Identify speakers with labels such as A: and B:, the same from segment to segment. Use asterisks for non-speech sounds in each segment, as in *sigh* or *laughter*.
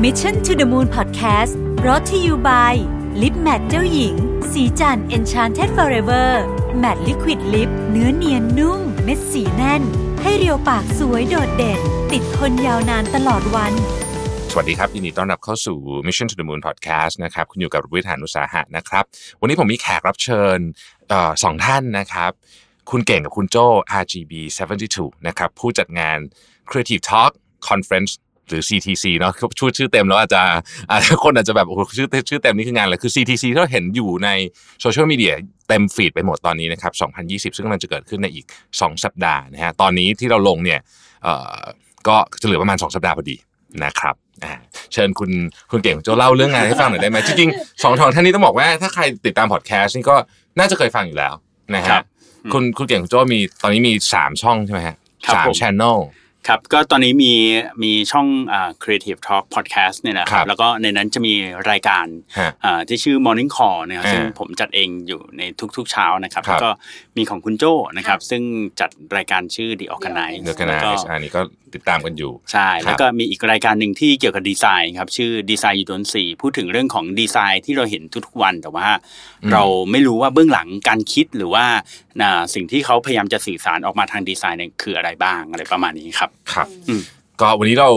A: Mission to the Moon Podcast รอ t ที่ you by Lip Matte เจ้าหญิง สีจัน Enchanted Forever Matte Liquid Lip เนื้อเนียนนุ่ม เม็ดสีแน่น ให้เรียวปากสวยโดดเด่น ติดทนยาวนานตลอดวัน
B: สวัสดีครับยินดีต้อนรับเข้าสู่ Mission to the Moon Podcast นะครับคุณอยู่กับวิทยานุสาหะนะครับ วันนี้ผมมีแขกรับเชิญเออสองท่านนะครับ คุณเก่งกับคุณโจ RGB 72นะครับผู้จัดงาน Creative Talk Conference หรือ CTC เนาะชื่อชื่อเต็มแล้วอาจจะอาจจะคนอาจจะแบบโอ้โหชื่อชื่อเต็มนี่คืองานอะไรคือ CTC ที่เราเห็นอยู่ในโซเชียลมีเดียเต็มฟีดไปหมดตอนนี้นะครับ2020 ซึ่งมันจะเกิดขึ้นในอีก 2 สัปดาห์นะฮะตอนนี้ที่เราลงเนี่ยเอ่อก็จะเหลือประมาณ 2 สัปดาห์พอดี นะครับอ่าเชิญคุณคุณเก่งโจเล่าเรื่องงานให้ฟังหน่อยได้ไหมจริงๆสองทองท่านนี้ต้องบอกว่าถ้าใครติดตามพอดแคสต์นี่ก็น่าจะเคยฟังอยู่แล้วนะ
C: ครั
B: ฮะ
C: บอืม
B: คุณคุณเก่งคุณโจมีตอนนี้มีสามช่องใช่ไหมฮะ
C: ครับ
B: สาม
C: ผม
B: ชแนล
C: ครับก็ตอนนี้มีมีช่องอ่า Creative Talk Podcast เนี่ยนะค
B: ครั
C: รั
B: บบ
C: แล้วก็ในนั้นจะมีรายการ
B: ฮะ
C: อ่าที่ชื่อ Morning Call นะครับ
B: อ่า
C: ซึ่งผมจัดเองอยู่ในทุกๆเช้านะครับ
B: ครั
C: แล้
B: บ
C: วก็มีของคุณโจ้นะครับซึ่งจัดรายการชื่อ The Organize
B: เดอะกันไน
C: แล้วก็
B: อันนี้ก็ติดตามกันอยู่
C: ใช่ แล้วก็มีอีกรายการหนึ่งที่เกี่ยวกับดีไซน์ครับชื่อดีไซน์ยูดนสีพูดถึงเรื่องของดีไซน์ที่เราเห็นทุกๆวันแต่ว่า
B: อืม
C: เราไม่รู้ว่าเบื้องหลังการคิดหรือว่าอ่าสิ่งที่เขาพยายามจะสื่อสารออกมาทางดีไซน์เนี่ยคืออะไรบ้างอะไรประมาณนี้ครับ
B: ครับ
C: อืม
B: ก็วันนี้เรา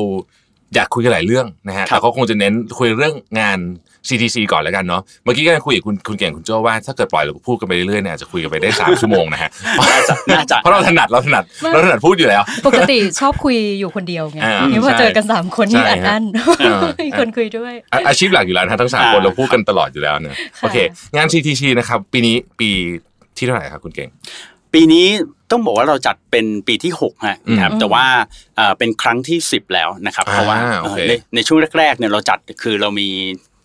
B: อยากคุยกันหลายเรื่องนะฮะ
C: ครับ
B: แต่ก็คงจะเน้นคุยเรื่องงาน CTC ก่อนแล้วกันเนาะเมื่อกี้ก็คุยกับคุณคุณเก่งคุณโจว่าถ้าเกิดปล่อยเราพูดกันไปเรื่อยๆเนี่ยอาจจะคุยกันไปได้สาม ชั่วโมงนะฮะ
C: น่าจะน่าจะ
B: เพราะเราถนัดเราถนัดเราถนัดพูดอยู่แล้ว
D: ปกติชอบคุยอยู่คนเดียวไง
B: อ่า
D: นี่พอเจอกันสามคนนี่
B: ใช่
D: อัดอั้น
B: อ่า
D: มีคนคุยด้วย
B: อ่ะอาชีพหลักอยู่แล้วนะทั้งสาม
C: อ่า
B: คนเราพูดกันตลอดอยู่แล้วนะ
D: ค่ะ
B: โอเค งาน CTC นะครับ ปีนี้ปีที่เท่าไหร่ครับคุณเก่ง
C: ปีนี้ต้องบอกว่าเราจัดเป็นปีที่6ฮะ
B: อืม
C: ครับแต่ว่าเอ่อเป็นครั้งที่ 10 แล้วนะครับ
B: อ่า
C: เพราะว่า
B: โอเค
C: เอ่อในในช่วงแรกๆเนี่ยเราจัดคือเรามี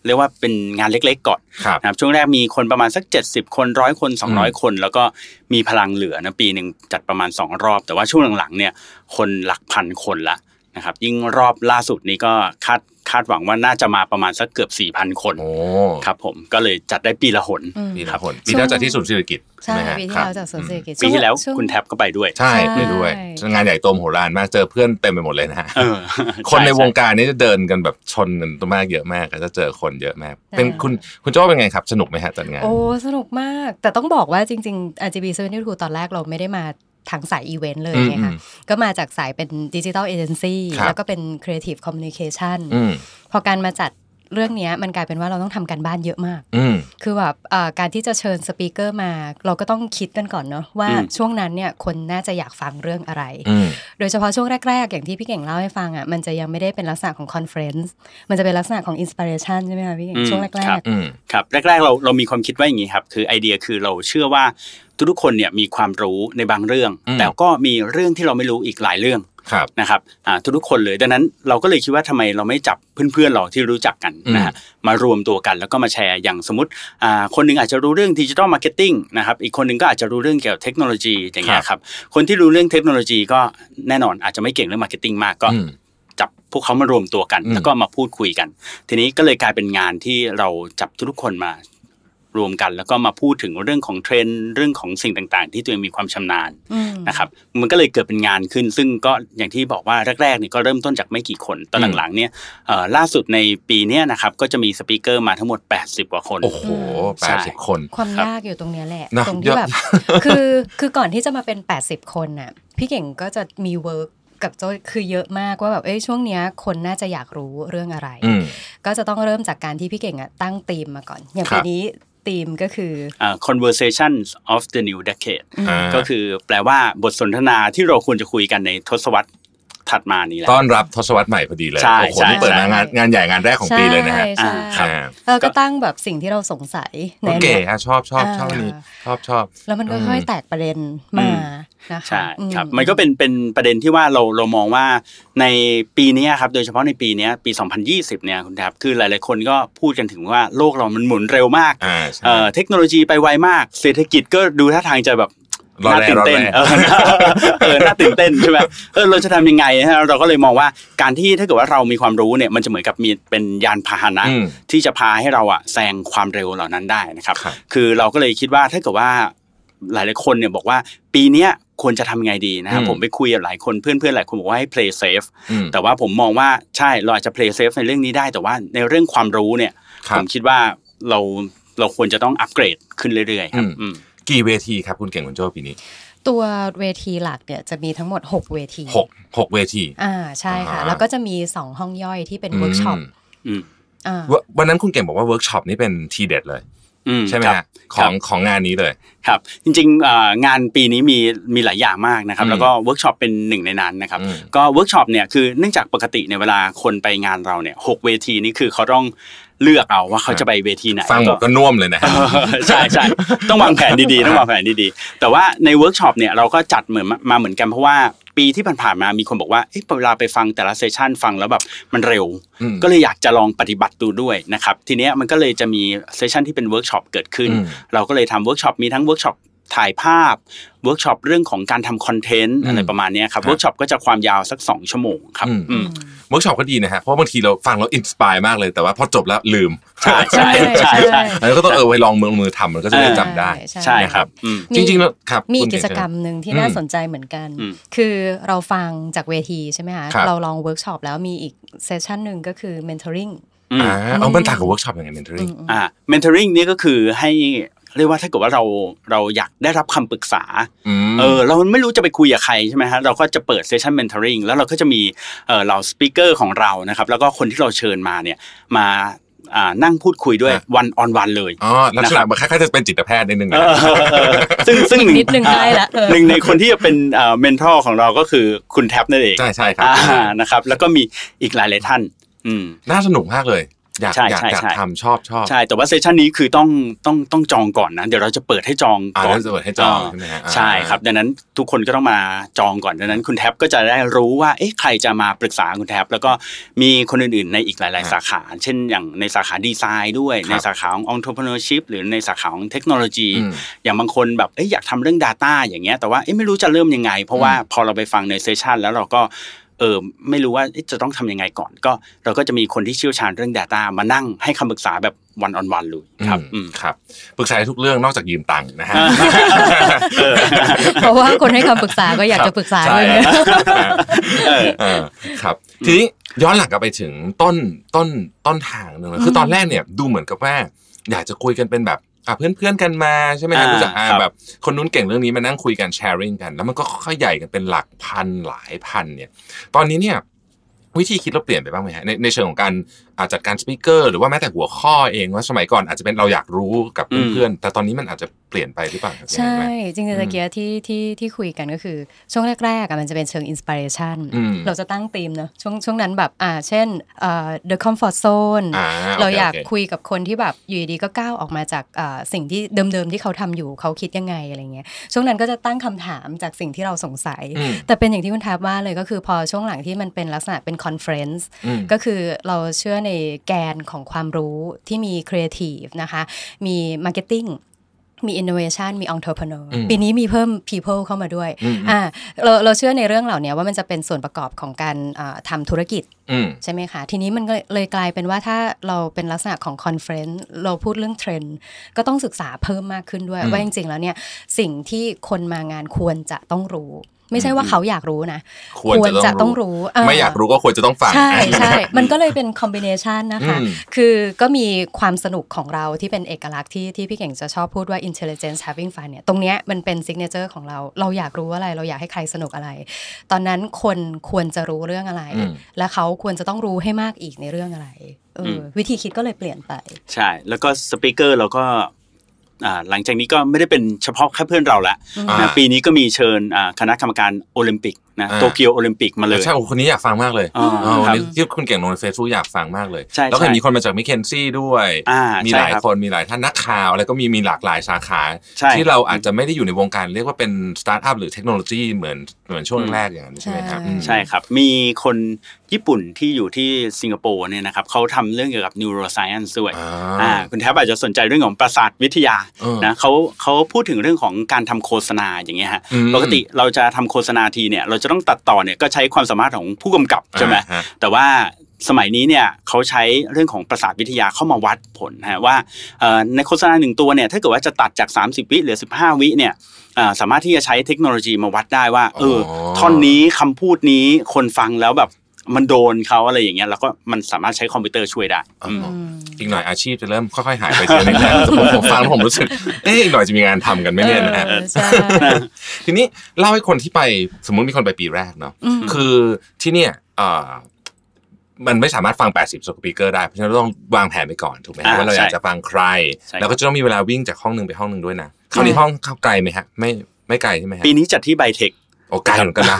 C: เรียกว่าเป็นงานเล็กๆก่อน
B: ครับ
C: นะครับช่วงแรกมีคนประมาณสัก 70 คนร้อยคน 200 คน แล้วก็มีพลังเหลือนะปีหนึ่งจัดประมาณ 2 รอบ แต่ว่าช่วงหลังๆเนี่ยคนหลักพันคนละนะครับยิ่งรอบล่าสุดนี้ก็คาดคาดหวังว่าน่าจะมาประมาณสักเกือบ 4,000 คน
B: โอ้
C: ครับผมก็เลยจัดได้ปีละหน
D: อืม
B: ปีละคน
D: ช่วง
B: ปีแล้วจากที่ศูนย์เศรษฐกิจ
D: ใช่
B: ไหมฮะ
D: ปีที่
B: ครับ
D: แล้วจากสวนเศรษฐกิจ
C: ปีที่แล้ว
D: ช่ง
C: คุณแท็บก็ไปด้วย
B: ใช่ไปด้วย
D: ใช่
B: งานใหญ่โตมโหฬารมากเจอเพื่อนเต็มไปหมดเลยนะฮะ
C: เออ
B: คนใน
C: ช่
B: ว
C: ช่
B: งการนี้จะเดินกันแบบชนกันตัวมากเยอะมากแล้วจะเจอคนเยอะมาก
D: อ่า
B: เป็นคุณคุณโจ้เป็นไงครับ สนุกไหมฮะจัดงาน
D: โอ้ สนุกมาก แต่ต้องบอกว่าจริง ๆ RGB 72ตอนแรกเราไม่ได้มาทางสายอีเวนต์เลยไง
B: อื
D: คะ
B: ม
D: ก็มาจากสายเป็นดิจิทัลเอเจนซี่
B: ครับ
D: แล้วก็เป็นครีเอทีฟคอมมิวนิเคชัน
B: อืม
D: พอการมาจัดเรื่องเนี้ยมันกลายเป็นว่าเราต้องทำการบ้านเยอะมาก
B: อืม
D: คือแบบเอ่อการที่จะเชิญสปีกเกอร์มา เราก็ต้องคิดกันก่อนเนาะว่า
C: อืม
D: ช่วงนั้นเนี่ยคนน่าจะอยากฟังเรื่องอะไร
B: อืม
D: โดยเฉพาะช่วงแรก ๆ อย่างที่พี่เก่งเล่าให้ฟังอ่ะมันจะยังไม่ได้เป็นลักษณะของคอนเฟรนซ์มันจะเป็นลักษณะของอินสปิเรชันใช่ไหมคะพี่เก่ง
C: อืม
D: ช่วงแร
C: ครั
D: ก
C: บ
B: อืม
C: ครับแรกๆเราเรามีความคิดว่าอย่างนี้ครับคือไอเดียคือเราเชื่อว่าทุกๆคนเนี่ยมีความรู้ในบางเรื่อง
B: อืม
C: แต่ก็มีเรื่องที่เราไม่รู้อีกหลายเรื่อง
B: ครับ
C: นะครับอ่าทุกๆคนเลยดังนั้นเราก็เลยคิดว่าทำไมเราไม่จับเพื่อนๆเราที่รู้จักกันนะฮะมารวมตัวกันแล้วก็มาแชร์อย่างสมมติอ่าคนหนึงอาจจะรู้เรื่องดิจิทัลมาร์เก็ตติ้งนะครับอีกคนหนึงก็อาจจะรู้เรื่องเกี่ยวกับเทคโนโลยีอย่างเงี้ยครับคนที่รู้เรื่องเทคโนโลยีก็แน่นอนอาจจะไม่เก่งเรื่องมาร์เก็ตติ้งมากก็
B: อืม
C: จับพวกเขามารวมตัวกัน
B: อืม
C: แล้วก็มาพูดคุยกัน ทีนี้ก็เลยกลายเป็นงานที่เราจับทุกๆคนมารวมกัน แล้วก็มาพูดถึงเรื่องของเทรนด์เรื่องของสิ่งต่างๆ ที่ตัวเองมีความชำนาญ
D: ๆ อืม
C: นะครับมันก็เลยเกิดเป็นงานขึ้น ซึ่งก็อย่างที่บอกว่าแรกๆเนี่ยก็เริ่มต้นจากไม่กี่คน ตอนหลังๆเนี่ยเอ่อล่าสุดในปีเนี้ยนะครับก็จะมีสปีกเกอร์มาทั้งหมด 80 กว่าคน
B: โอ้โหแป
C: ใช่
B: ดสิบคน
D: ความ
C: ครับ
D: ยากอยู่ตรงเนี้ยแหละ
B: นะ
D: ตรง
B: เย
D: ที่
B: อะ *laughs*
D: แบบ คือคือก่อนที่จะมาเป็น 80 คนน่ะพี่เก่งก็จะมีเวิร์กกับโจ้คือเยอะมากว่าแบบเอ้ยช่วงเนี้ยคนน่าจะอยากรู้เรื่องอะไร
B: อืม
D: ก็จะต้องเริ่มจากการที่พี่เก่งอ่ะตั้งธีมมาก่อน อย่าง
B: ครั
D: ปี
B: บ
D: นี้ธีมก็คือ
C: เอ่อ conversations of the new decade
D: อืม
B: อ่า
C: ก็คือแปลว่าบทสนทนาที่เราควรจะคุยกันในทศวรรษถัดมานี้แหละ
B: ต้อนรับทศวรรษใหม่พอดีเลย
C: ใช่
B: โอ้โห
C: ใช่
B: นี่เปิดมางาน
D: ใช่
B: งานใหญ่งานแรกของปีเลยนะฮะ
D: ใช่
C: อ่าค
D: ใช่
C: รับ
B: อ่า
D: เออก็ตั้งแบบสิ่งที่เราสงสัยใน
B: โอ
D: อ
B: เค
D: นาคต
B: อ่ะชอบชอบชอบ
D: อ่า
B: อันนี้ชอบชอบ
D: แล้วมันก็ค่อยๆแตกประเด็น
C: อื
D: มาม นะคะ
C: ใช่
D: อื
C: ครับมันก็เป็นเป็นประเด็นที่ว่าเราเรามองว่าในปีเนี้ยครับโดยเฉพาะในปีเนี้ยปี 2020 เนี่ยคุณครับคือหลายๆคนก็พูดกันถึงว่าโลกเรามันหมุนเร็วมาก
B: อ่าใช่
C: เอ่อเทคโนโลยีไปไวมาก เศรษฐกิจก็ดูท่าทางจะแบบ
B: รอ
C: น่า
B: แร่
C: ตื่
B: ร
C: น
B: อ
C: เต้น
B: แร่
C: เออเอ *laughs* อน่าตื่นเต้นใช่ไหมเออเราจะทำยังไงนะฮะเราก็เลยมองว่าการที่ถ้าเกิดว่าเรามีความรู้เนี่ยมันจะเหมือนกับมีเป็นยานพาหนะ
B: ม
C: ที่จะพาให้เราอะแซงความเร็วเหล่านั้นได้นะครับ
B: ครับ
C: คือเราก็เลยคิดว่าถ้าเกิดว่าหลาย ๆ คนเนี่ยบอกว่าปีเนี้ย ควรจะทำยังไงดีนะครับ
B: อืม
C: ผมไปคุยกับหลายคนเพื่อนๆหลายคนบอกว่าให้ play safe
B: อืม
C: แต่ว่าผมมองว่าใช่เราอาจจะ play safe ในเรื่องนี้ได้ แต่ว่าในเรื่องความรู้เนี่ย
B: ค
C: ผ
B: รับ
C: มคิดว่าเราเราควรจะต้องอัปเกรดขึ้นเรื่อยๆครับ
B: อืม
C: อืม
B: กี่เวทีครับคุณเก่งคุณโจ้ปีนี้
D: ตัวเวทีหลักเนี่ยจะมีทั้งหมด 6 เวที
B: หกหกเวที
D: อ่าใช่ค่ะ
B: อ่า
D: แล้วก็จะมี 2 ห้องย่อยที่เป็นเวิร์กช็อป
B: ม
C: อืม
D: อ่า
B: วันวันนั้นคุณเก่งบอกว่าเวิร์กช็อปนี่เป็นทีเด็ดเลย
C: อื
B: ใช่ไหม
C: ครับ
B: ฮะของของงานนี้เลย
C: ครับจริงๆเอ่องานปีนี้มีมีหลายอย่างมากนะครับ
B: อืม
C: แล้วก็เวิร์กช็อปเป็นหนึ่งในนั้นนะครับ
B: อืม
C: ก็เวิร์กช็อปเนี่ยคือเนื่องจากปกติในยเวลาคนไปงานเราเนี่ยหกเวทีนี้คือเขาต้องเลือกเอาว่าเขา
B: ครับ
C: จะไปเวทีไหน
B: ฟังหมดก็น่วมเลยนะฮะ
C: เออ *laughs* ใช่ใช่ต้องวางแผนดีๆต้องวางแผนดีๆ แต่ว่าในเวิร์กช็อปเนี่ยเราก็จัดเหมือนมาเหมือนกันเพราะว่าปีที่ผ่านๆมามีคนบอกว่าเอ๊ะเวลาไปฟังแต่ละเซสชันฟังแล้วแบบมันเร็ว
B: อืม
C: ก็เลยอยากจะลองปฏิบัติดูด้วยนะครับทีเนี้ยมันก็เลยจะมีเซสชันที่เป็นเวิร์กช็อปเกิดขึ้น
B: อืม
C: เราก็เลยทำเวิร์กช็อปมีทั้งเวิร์กช็อปถ่ายภาพเวิร์กช็อปเรื่องของการทำคอนเทนต์
B: อืม
C: อะไรประมาณเนี้ยครับ
B: ครับ
C: เวิร์กช็อปก็จะความยาวสัก 2 ชั่วโมงครับ
B: อืม
C: อืม
B: เวิร์กช็อปก็ดีนะฮะเพราะบางทีเราฟังแล้วอินสปายมากเลยแต่ว่าพอจบแล้วลืม
C: ใช่ใช่ใช่ใช่
B: อันนี้ก็ต้องเออไว้ลองมือมือทำมันก็จะได้จำได้
C: ใช่ครับ อืม
D: มี
B: จริงๆแล้วครับ
D: มี
B: คุณ
D: กิ
B: เง
D: จ
B: เชิญ
D: กรรมหนึ่งที่
B: อืม
D: น่าสนใจเหมือนกัน
C: อืม
D: คือเราฟังจากเวทีใช่ไหมคะ
B: ครับ
D: เราลองเวิร์กช็อปแล้วมีอีกเซสชันหนึ่งก็คือ mentoring
C: อืม
B: อ่าเอามันต่างกับเวิร์กช็อปยังไงเมนเทอริง
D: อืม
C: อ่าเมนเทอริงนี่ก็คือให้เรียกว่าถ้าเกิดว่าเราเราอยากได้รับคำปรึกษาเออเราไม่รู้จะไปคุยกับใครใช่ไหมฮะเราก็จะเปิดเซสชันเมนเทอริงแล้วเราก็จะมีเออเราสปิเกอร์ของเรานะครับแล้วก็คนที่เราเชิญมาเนี่ยมาอ่านั่งพูดคุยด้วย
B: อ่ะ
C: วันออนวันเลย
B: อ๋อลักษณะมันคล้ายๆจะเป็นจิตแพทย์นิดนึง
C: เอ
B: นะ
C: อซึ่งซึ่ง
D: อีกนิดนึง
C: อ่า
D: ได้ละเออ
C: หนึ่งในคนที่จะเป็นเมนทอลของเราก็คือคุณแท็บนั่นเอง
B: ใช่ใช่ครับ
C: อ่านะครับ แล้วก็มีอีกหลายหลายๆท่าน อืม
B: น่าสนุกมากเลย อยาก
C: ใช่
B: อยาก
C: ใช่
B: อยาก
C: ใช่
B: ทำชอบชอบ
C: ใช่แต่ว่าเซสชันนี้คือต้องต้องต้องจองก่อนนะ เดี๋ยวเราจะเปิดให้จอง
B: อ่า
C: ก่อน
B: แล้วจะเปิดให้จองใช่ไหมฮะอ่า
C: ใช่ครับ ดังนั้นทุกคนก็ต้องมาจองก่อนดังนั้น คุณแท็บก็จะได้รู้ว่าเอ๊ะใครจะมาปรึกษาคุณแท็บแล้วก็มีคนอื่นๆในอีกหลาย ๆ สาขา เช่นอย่างในสาขาดีไซน์ด้วย
B: ครับ
C: ในสาขาของ entrepreneurship หรือในสาขาของเทคโนโลยี
B: อืม
C: อย่างบางคนแบบเอ้ยอยากทำเรื่อง Data อย่างเงี้ยแต่ว่าเอ้ยไม่รู้จะเริ่มยังไง เพราะว่าพอเราไปฟังในเซสชันแล้วเราก็เออไม่รู้ว่าเอ๊ะจะต้องทำยังไงก่อน ก็เราก็จะมีคนที่เชี่ยวชาญเรื่อง Data มานั่งให้คำปรึกษาแบบวันออนวันเลยครับ
B: อื
C: อื
B: ม
C: ม
B: ครับปรึกษาได้ทุกเรื่องนอกจากยืมตังค์นะฮะ
D: เพราะว่าคนให้คำปรึกษาก็อยากจะปรึกษา
B: ใช่
D: ด้วยนะ
C: *laughs* เออ
B: เออครับ ทีนี้ย้อนหลังกลับไปถึงต้นต้นต้นทางหนึ่งเลยคือตอนแรกเนี่ยดูเหมือนกับว่า อยากจะคุยกันเป็นแบบอ่ะเพื่อนๆกันมาใช่ไหมฮะ
C: อ่า
B: รู้จักอ่า
C: ครับ
B: แบบคนนู้นเก่งเรื่องนี้มานั่งคุยกันแชร์ริงกัน แล้วมันก็ค่อยๆใหญ่กันเป็นหลักพันหลายพันเนี่ย ตอนนี้เนี่ยวิธีคิดเราเปลี่ยนไปบ้างไหมฮะในในเชิงของการอาจัดการสปีกเกอร์หรือว่าแม้แต่หัวข้อเองว่าสมัยก่อนอาจจะเป็นเราอยากรู้กับเพื่อนๆแต่ตอนนี้มันอาจจะเปลี่ยนไปหรือเปล่าครับ
D: ใช่
B: ยังไงไหม
D: จริงๆตะเกียที่ที่ที่คุยกันก็คือ ช่วงแรกๆอะมันจะเป็นเชิงอินสปิเรชัน
B: อืม
D: เราจะตั้งธีมเนอะช่วงช่วงนั้นแบบอ่าเช่นเอ่อ the comfort zone
B: อ่า
D: เราอยาก
B: โคโ
D: คุยกับคนที่แบบอยู่ดีๆก็ก้าวออกมาจากอ่าสิ่งที่เดิมๆที่เขาทำอยู่เขาคิดยังไงอะไรเงี้ยช่วงนั้นก็จะตั้งคำถามจากสิ่งที่เราสงสัย
B: อืม
D: แต่เป็นอย่างที่คุณทาบว่าเลยก็คือพอช่วงหลังที่มันเป็นลักษณะเป็นคอนเฟรนซ์
B: อืม
D: ก็คือเราเชื่อในแกนของความรู้ที่มีครีเอทีฟนะคะมีมาร์เก็ตติ้งมี innovation มี entrepreneur
B: อืม
D: ปีนี้มีเพิ่ม people เข้ามาด้วย
B: อืม
D: อ่าเราเราเชื่อในเรื่องเหล่านี้ว่ามันจะเป็นส่วนประกอบของการอ่าทำธุรกิจ
B: อืม
D: ใช่ไหมคะ ทีนี้มันก็เลยกลายเป็นว่าถ้าเราเป็นลักษณะของคอนเฟรนซ์เราพูดเรื่องเทรนด์ก็ต้องศึกษาเพิ่มมากขึ้นด้วย
B: อืม
D: ว่าจริงๆแล้วเนี่ยสิ่งที่คนมางานควรจะต้องรู้ ไม่ใช่ว่าเขาอยากรู้นะ
B: ควรจะต้องรู้
D: เ
B: ไม่อยากรู้ก็ควรจะต้องฟัง
D: ใช่ใช่มันก็เลยเป็นคอมบิเนชันนะคะ
B: อืม
D: คือก็มีความสนุกของเราที่เป็นเอกลักษณ์ที่ที่พี่เก่งจะชอบพูดว่า intelligence having fun เนี่ยตรงเนี้ยมันเป็นซิกเนเจอร์ของเรา เราอยากรู้อะไร เราอยากให้ใครสนุกอะไร ตอนนั้นคนควรจะรู้เรื่องอะไร
B: อืม
D: และเขาควรจะต้องรู้ให้มากอีกในเรื่องอะไรเอออ
C: ม
D: วิธีคิดก็เลยเปลี่ยนไป
C: ใช่ แล้วก็สปีกเกอร์เราก็อ่าหลังจากนี้ก็ไม่ได้เป็นเฉพาะแค่เพื่อนเราละ
B: อ่า
C: นะปีนี้ก็มีเชิญอ่าคณะกรรมการโอลิมปิกนะ
B: อ่า
C: โตเกียวโอลิมปิกมาเลย
B: ใช่โอ้คนนี้อยากฟังมากเลย
C: อ๋อ
B: อ๋อวัน
C: ครับ
B: นี้ที่คุณเก่งลงในเฟซบุ๊กอยากฟังมากเลย
C: ใช่
B: แล้วก็เห็น
C: ใช่
B: มีคนมาจากมิเคนซี่ด้วย
C: อ่า
B: มี
C: ใช่
B: หลาย
C: รับ
B: คนมีหลายท่านนักข่าวอะไรก็มีมีหลากหลายสาขา
C: ใช่
B: ที่เราอาจจะไม่ได้อยู่ในวงการเรียกว่าเป็นสตาร์ทอัพหรือเทคโนโลยีเหมือนเหมือนช่วงแรกๆอย่างนั้นใช่ไหมครับ
D: ใช่
B: อืม
C: ใช่ครับ มีคนญี่ปุ่นที่อยู่ที่สิงคโปร์เนี่ยนะครับเขาทำเรื่องเกี่ยวกับ neuroscience ด้วยอ่าคุณแทบอาจจะสนใจเรื่องของประสาทวิทยา
B: เออ
C: นะเขาเขาพูดถึงเรื่องของการทำโฆษณาอย่างเงี้ยฮะ
B: อืม
C: ปกติเราจะทำโฆษณาทีเนี่ยเราจะต้องตัดต่อเนี่ยก็ใช้ความสามารถของผู้กำกับใช่ไหม
B: อ่าฮะ
C: แต่ว่า สมัยนี้เนี่ยเขาใช้เรื่องของประสาทวิทยาเข้ามาวัดผลนะฮะว่าเอ่อในโฆษณาหนึ่งตัวเนี่ยถ้าเกิดว่าจะตัดจาก 30 วิเหลือ 15 วิเนี่ยเอ่อสามารถที่จะใช้เทคโนโลยีมาวัดได้ว่าเอออ
B: อ
C: ท่อนนี้คำพูดนี้คนฟังแล้วแบบมันโดนเขาอะไรอย่างเงี้ยแล้วก็มันสามารถใช้คอมพิวเตอร์ช่วยได้อืม
B: อีกหน่อยอาชีพจะเริ่มค่อยๆหายไปทีละนิด
C: *laughs*
B: แล้วผมผมฟังแล้วผมรู้สึกเอ๊ะอีกหน่อยจะมีงานทำกันไหมเนี่ยนะฮะ
D: ออใช่
B: ทีนี้เล่าให้คนที่ไปสมมุติมีคนไปปีแรกเนาะ
D: อืม
B: คือที่เนี่ยเอ่อมันไม่สามารถฟัง 80สปีกเกอร์ได้เพราะฉะนั้นเราต้องวางแผนไปก่อนถูกไหมฮะ
C: อ่า
B: ว่าเราอยาก
C: ใช่
B: จะฟังใคร
C: ใช่ครับ
B: แล้วก็จะต้องมีเวลาวิ่งจากห้องหนึ่งไปห้องหนึ่งด้วยนะเข้าในห้องเข้าไกลไหมฮะไม่ไม่ไกลใช่ไหมฮะ
C: ปีนี้จัดที่ไบเทค
B: โอ้ไกลเหมือนกันนะ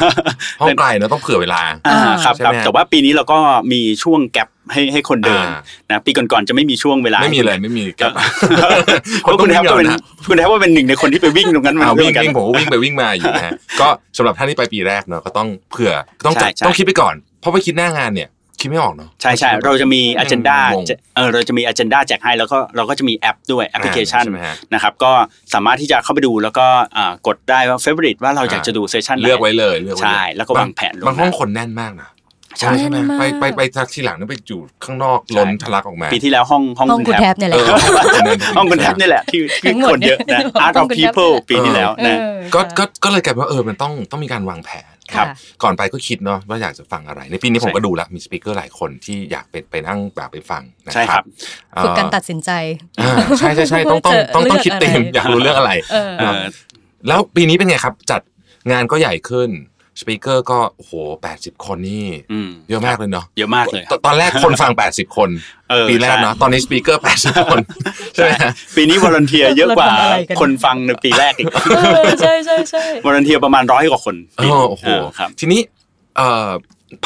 B: ห้องไกลเนาะต้องเผื่อเวลา
C: อ่าครับ
B: ใช่
C: ครับ
B: ไหมฮะ
C: แต่ว่าปีนี้เราก็มีช่วงแกลบให้ให้คนเดิน
B: อ่า
C: นะปีก่อนๆจะไม่มีช่วงเวลา
B: ไม่มีเลยไม่มีครับ *laughs*
C: เพราะคุณแทบก็เป็น
B: นะ
C: คุณแทบว่าเป็นหนึ่งในคนที่ไปวิ่งตรงนั้นมา
B: อ่า
C: ด้วย
B: วิ่ง
C: เหมือนกัน
B: วิ่งผมก็วิ่งไปวิ่งมาอยู่นะฮะก็สำหรับท่านที่ไปปีแรกเนาะก็ต้องเผื่อต้องจัด
C: ใช่ใช่
B: ต้องคิดไปก่อน เพราะไปคิดหน้างานเนี่ย คิดไม่ออกเนาะ
C: ใช่ใช่เราจะมี agenda
B: วง
C: จะเออเราจะมี agenda แจกให้แล้วก็เราก็จะมีแอปด้วยแอปพลิเคชัน
B: ใช่ไหมฮะ
C: นะครับก็สามารถที่จะเข้าไปดูแล้วก็อ่ากดได้ว่า favorite ว่าเราอยากจะดูเซสชันไหน
B: เลือกไว้เลยเลือกไว้เลย
C: ใช่แล้วก็วางแผนล่วง
B: บาง
C: หน้า
B: ห้องคนแน่นมากนะ
C: ใช่
B: ไหม
D: แน่นมาก
B: ไปไปไปทักทีหลังนี่ไปอยู่ข้างนอกล้นทะลักออกมา
C: ปีที่แล้วห้องห้อง
D: ห้อง
C: คุ
D: คุณ ณ
C: แท
D: แท
C: บ
D: บเนี่ยแห
B: เอ
D: ละ
B: อห้
C: ห้
B: อ
C: อง ง
B: คุ
C: คุณ ณ
B: แท
C: แท
B: บบ นี่
C: นี่
B: แหละ
C: แหละที่ที่
D: ทั้งหมด
C: คนเยอะนะ Art
D: ห้อ
C: of
D: งคุณแทบ
C: People ปีที่แล้วนะ
D: เออ
B: ก็ก็
D: ค่ะ
B: ก็เลยกลายเป็นว่าเออมันต้องต้องมีการวางแผน
D: ครับ
B: ก่อนไปก็คิดเนาะว่าอยากจะฟังอะไร ในปีนี้ผม
C: ใช่
B: ก็ดูแล้วมีสปีกเกอร์หลายคนที่อยากไปไปนั่งแบบไปฟังนะ
C: ใช่
B: ค
C: ค
B: รั
C: รั
B: บบ
D: ฝึกการ
B: เอ่อ
D: ตัดสินใจ
B: อ่าใช่ใช่ใช่ต้องต้องต้องต้องคิดเต็ม
D: ว่าจะ
B: อยาก
D: เลือกอะไร
B: รู้เรื่องอะไร
D: เออ
C: เออ
B: แล้วปีนี้เป็นไงครับ จัดงานก็ใหญ่ขึ้นสปีกเกอร์ก็โอ้โห80 คนนี่
C: อืม
B: เยอะมากเลยเนาะ
C: เยอะมากเลย
B: ตตอน
C: *laughs*
B: แรกคนฟัง 80 คน
C: เออ
B: ปีแรก
C: ใช่
B: เนาะตอนนี้สปีกเกอร์ 80 คนใช่ไหมฮะ
C: ปีนี้วอร์เนเทียเยอะกว่า
D: เราทำอะไรกัน
C: คนฟังในปีแรก *laughs* อีก
D: เออใช่ใช่ใช่
C: วอร์เนเทียประมาณร้อยกว่าคน
B: เอ
C: ปี
B: อโอ้โห
C: เออครับ
B: ทีนี้เอ่อ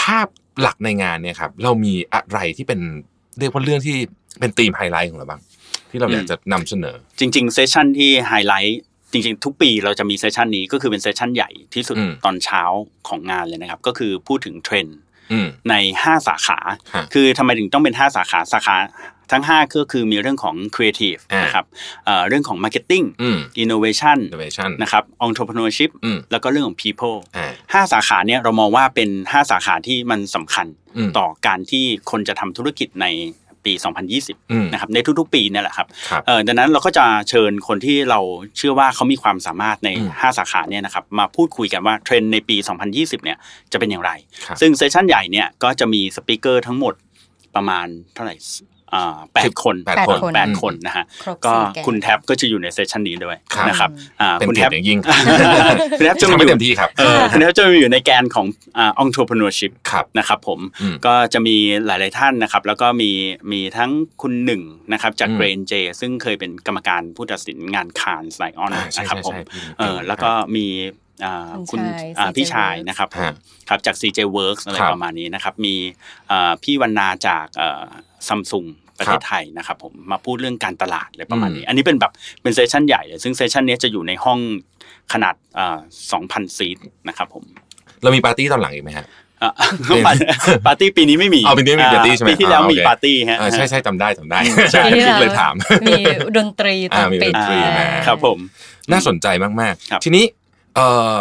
B: ภาพหลักในงานเนี่ยครับ เรามีอะไรที่เป็นเรียกว่าเรื่องที่เป็นธีมไฮไลท์ของเราบ้าง ที่เราอยากจะนำเสนอ
C: จริงๆเซสชันที่ไฮไลท์จริง ๆ ทุกปีเราจะมีเซสชันนี้ก็คือเป็นเซสชันใหญ่ที่สุด
B: อืม
C: ตอนเช้าของงานเลยนะครับ ก็คือพูดถึงเทรนด์
B: อืม
C: ใน 5 สาขา
B: ฮะ
C: คือทำไมถึงต้องเป็น 5 สาขาสาขาทั้ง 5 ก็คือมีเรื่องของครีเอทีฟ
B: อ่าน
C: นะครับเอ่อเรื่องของ Marketing
B: อืม
C: Innovation
B: innovation
C: นะครับ Entrepreneurship
B: อืม
C: แล้วก็เรื่องของ People
B: อ่า
C: ห้าสาขาเนี่ยเรามองว่าเป็นห้าสาขาที่มันสำคัญ
B: อืม
C: ต่อการที่คนจะทำธุรกิจในปี
B: อืม
C: 2020 นะครับในทุกๆ ปีเนี่ยแหละครับ
B: ครับ
C: เอ่อดังนั้นเราก็จะเชิญคนที่เราเชื่อว่าเขามีความสามารถใน
B: อืม
C: 5 สาขาเนี่ยนะครับมาพูดคุยกันว่าเทรนด์ในปี 2020 เนี่ยจะเป็นอย่างไร
B: ครับ
C: ซึ่งเซสชันใหญ่เนี่ยก็จะมีสปีกเกอร์ทั้งหมดประมาณเท่าไหร่อ่าแปดคน
B: แปด
D: แปด
B: คน
D: คน
C: แปดคนนะฮะ
D: ครบ
C: ก็
D: สี่แ
C: คุณแท็บก็จะอยู่ในเซสชันนี้ด้วย
B: ครับ
C: นะครับอ่า
B: เป็น
C: คุณ
B: เกีย
C: แท็
B: ร
C: บ
B: ติอย่าง
C: *laughs*
B: ยิ่ง
C: คุณแท็บจะ
B: ทำ
C: มาอ
B: ให้
C: ยู่
B: เต็มที่ครับ
C: เอ
B: *laughs*
C: ออันนี้จะมาอยู่ในแกนของอ่า entrepreneurship
B: ครับ
C: นะครับผม
B: อืม
C: ก็จะมีหลาย ๆ ท่านนะครับ แล้วก็มีมีทั้งคุณหนึ่งนะครับจาก
B: อืม
C: เกรนเจซึ่งเคยเป็นกรรมการผู้ตัดสินงานคานไลออน
B: อ่าใช่
C: นะครับ
B: ใช่
C: ผม
B: ใช่พี่
C: เออแล้วก็มีอ่า
D: คุ
C: คุณ
D: ณ
C: อ่า
D: ชาย CJ
C: พี่ชายนะครับ
B: ฮะ
C: ครับจาก CJ Works อะไร
B: ครับ
C: ประมาณนี้นะครับ มีอ่าพี่วรรณาจากซัมซุงประเทศไทยนะครับผมมาพูดเรื่องการตลาดเลยประมาณ
B: อืม
C: นี้ อันนี้เป็นแบบเป็นเซสชันใหญ่เลยซึ่งเซสชันนี้จะอยู่ในห้องขนาดอ่า2,000 ซีทนะครับผม
B: เรามีปาร์ตี้ตอนหลังอีกไหมฮะ *laughs*
C: อ่ะ
B: เป็น
C: ปาร์ตี้ปาร์ตี้ปีนี้ไม่มี
B: อ๋อปีนี้ไม่มีปาร์ตี้ใช่ไหม
C: ปีที่แล้ว
B: อ่าโอ
C: มี
B: เค
C: ปาร์ตี้ฮะ
B: เออใช่ใช่จำได้จำได้ใช่
D: ปีที่แล้ว
B: เลยถาม
D: มีดนตรีตอน
B: อ่ามี
D: ปิด
B: ดนตรี
D: อ่า
B: มา
C: ครับผม
B: น่าสนใจมาก
C: ครับ
B: ๆ ทีนี้เอ่อ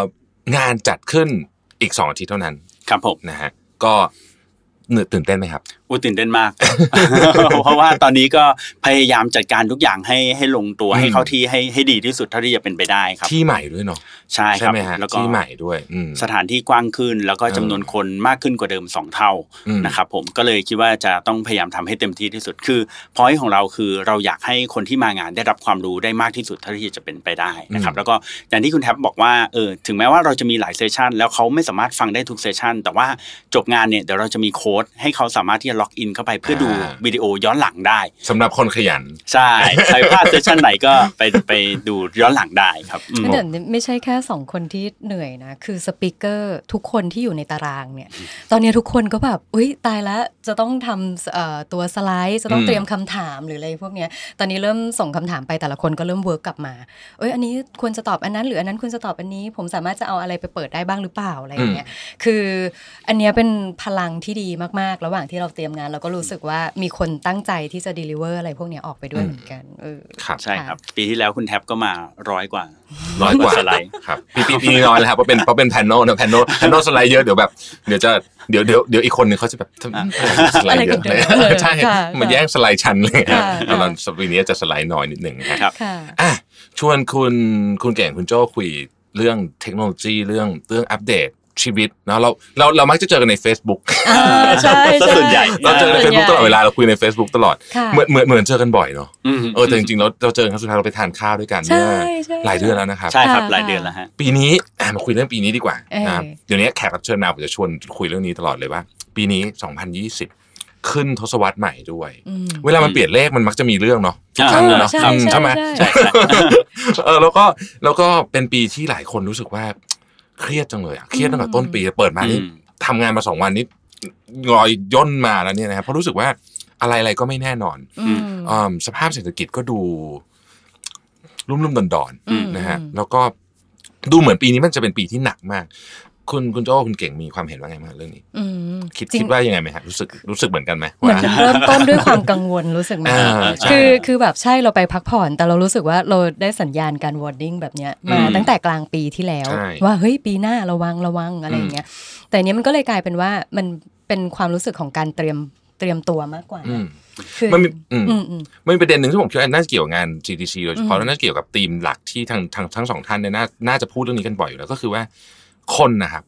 B: งานจัดขึ้นอีกสองอาทิตย์เท่านั้น
C: ครับผม
B: นะฮะก็เหนื่อยตื่นเต้นไหมครับ
C: อู้ตื่นเต้น
B: *laughs*
C: มาก เพราะว่าตอนนี้ก็พยายามจัดการทุกอย่างให้ให้ลงตัว
B: อืม
C: ให้เข้าที่ให้ให้ดีที่สุดเท่าที่จะเป็นไปได้ครับ
B: ที่ใหม่ด้วยเนาะ
C: ใช่ค
B: ใช่
C: รับ
B: ไหมฮะ
C: แล้วก็
B: ที่ใหม่ด้วยอืม
C: สถานที่กว้างขึ้น แล้วก็จำนวนคนมากขึ้นกว่าเดิม 2 เท่า
B: อืม
C: นะครับผมก็เลยคิดว่าจะต้องพยายามทำให้เต็มที่ที่สุดคือพอยของเราคือเราอยากให้คนที่มางานได้รับความรู้ได้มากที่สุดเท่าที่จะเป็นไปได้นะครับ แล้วก็อย่างที่คุณแท็บบอกว่าเออถึงแม้ว่าเราจะมีหลายเซสชันแล้วเขาไม่สามารถฟังได้ทุกเซสชันแต่ว่าจบงานเนี่ยเดี๋ยวเราจะมีโค้ดให้เขาสามารถที่จะล็อกอินเข้าไปเพื่อดูวิดีโอย้อนหลังได้
B: สำหรับคนขยัน
C: ใช่ใครพลาดเซสชันไหนก็ *laughs* ไปไปดูย้อนหลังได้ครับอืม
D: ไม่เดี๋ยวไม่ใช่แค่สองคนที่เหนื่อยนะ คือสปิเกอร์ทุกคนที่อยู่ในตารางเนี่ย ตอนนี้ทุกคนก็แบบอุ้ยตายแล้วจะต้องทำเอ่อตัวสไลด์จะต้อง
B: อืม
D: เตรียมคำถามหรืออะไรพวกเนี้ยตอนนี้เริ่มส่งคำถามไปแต่ละคนก็เริ่มเวิร์กกลับมาเอ้ยอันนี้ควรจะตอบอันนั้น หรืออันนั้นควรจะตอบอันนี้ ผมสามารถจะเอาอะไรไปเปิดได้บ้างหรือเปล่าอะไรอย่างเงี้ยคืออันเนี้ยเป็นพลังที่ดีมากๆ ระหว่างที่เราเตรียม รียมงาน เราก็รู้สึกว่ามีคนตั้งใจที่จะ deliver อะไรพวกเนี้ยออกไปด้วยเหมือนกันเออ
B: ครับ
C: ใช่ครับ ปีที่แล้วคุณแท็บก็มาร้อยกว่า
B: น้อยกว่า
C: สไลด์
B: ครับปีปีปีนี้น้อยแล้วครับเพราะเป็นเพราะเป็นแพนโนนะแพนโนแพนโนสไลด์เยอะเดี๋ยวแบบเดี๋ยวจะเดี๋ยวเดี๋ยวเดี๋ยวอีกคนหนึ่งเขาจะแบบทำไมสไลด์เยอะ
D: อะ
B: เล
D: ไร
B: ย
D: ของเธอ
B: ใช่
D: ค่ะ
B: มันแย่งสไลด์ชั้นเลย
D: ค่ะ
B: ตอนสปีนี้จะสไลด์น้อยนิดหนึ่งนะครับ
C: ครับ
D: ค่ะ
B: อ่ะชวนคุณคุณเก่งคุณโจ้คุยเรื่องเทคโนโลยีเรื่องเรื่องอัปเดตชีวิตเนอะเราเราเรามักจะเจอกันใน Facebook
D: อ่าใช่
C: ซะ
D: ใช่
C: ส่วนใหญ่
B: เราเจอกันใน
D: ส่วนใหญ่
B: Facebook ตลอดเวลาเราคุยใน Facebook ตลอด
D: ค่ะ
B: เหมือนเหมือนเหมือนเจอกันบ่อยเนาะ
C: อืม
B: เออแต่จริงๆเราเราเจอกันครั้งสุดท้ายเราไปทานข้าวด้วยกัน
D: ใช่
B: เมื่อ
D: ใช่
B: หลายเดือนแล้วนะครับ
C: ใช่ครับหลายเดือนแล้วฮะ
B: ปีนี้อ่ะมาคุยเรื่องปีนี้ดีกว่า
D: เออ
B: นะครับเดี๋ยวนี้แขกรับเชิญมาผมจะชวนคุยเรื่องนี้ตลอดเลยว่า ปีนี้ 2020 ขึ้นทศวรรษใหม่ด้วย
D: อืม
B: เวลามันเปลี่ยนเลขมันมักจะมีเรื่องเนาะทุก
C: อ่า
B: ครั้งเลยเนาะ
D: ใช่
B: อืม
D: ใช่
B: ใช่ไหม
D: ใช่
C: ใช่ครับ
B: เออแล้วก็แล้วก็เป็นปีที่หลายคนรู้สึกว่า เครียดจังเลยอะเครียดตั้งแต่ต้นปีเปิดมานี่
C: อืม
B: ทำงานมาสองวันนี้งอยย่นมาแล้วเนี่ยนะครับเพราะรู้สึกว่าอะไรอะไรๆก็ไม่แน่นอน
D: อืม
B: อืมสภาพเศรษฐกิจก็ดู รุ่มรุ่มดอนดอนๆ
D: อืม
B: นะฮะแล้วก็ดูเหมือนปีนี้มันจะเป็นปีที่หนักมาก คุณคุณโจ้คุณเก่งมีความเห็นว่าไงบ้างเรื่องนี้
D: อืม
B: คิด
D: จริง
B: คิดว่ายังไงไหมฮะรู้สึกรู้สึกเหมือนกันไหม
D: เหมือน
B: ว่า
D: เริ่มต้นด้วยความกังวลรู้สึกไหม
B: อ่าใช่
D: คือคือแบบใช่เราไปพักผ่อน แต่เรารู้สึกว่าเราได้สัญญาณการวอร์ดิ้งแบบเนี้ยมา
B: อืม
D: ตั้งแต่กลางปีที่แล้ว
B: ใช่
D: ว่าเฮ้ยปีหน้าระวังระวังอะไรอย่างเงี้ยแต่อันเนี้ยมันก็เลยกลายเป็นว่ามันเป็นความรู้สึกของการเตรียมเตรียมตัวมากกว่า
B: อืม
D: คือ
B: มันมีอืม
D: อืมอืม
B: มันมีประเด็นหนึ่งที่ผมคิดว่าน่าจะเกี่ยวกับงาน GTC โดยเฉพาะ
D: อืม
B: แล้วน่าจะเกี่ยวกับธีมหลักที่ทางทางทั้งสองท่านเนี่ยน่าน่าจะพูดเรื่องนี้กันบ่อยอยู่แล้วก็คือว่าคนนะครับ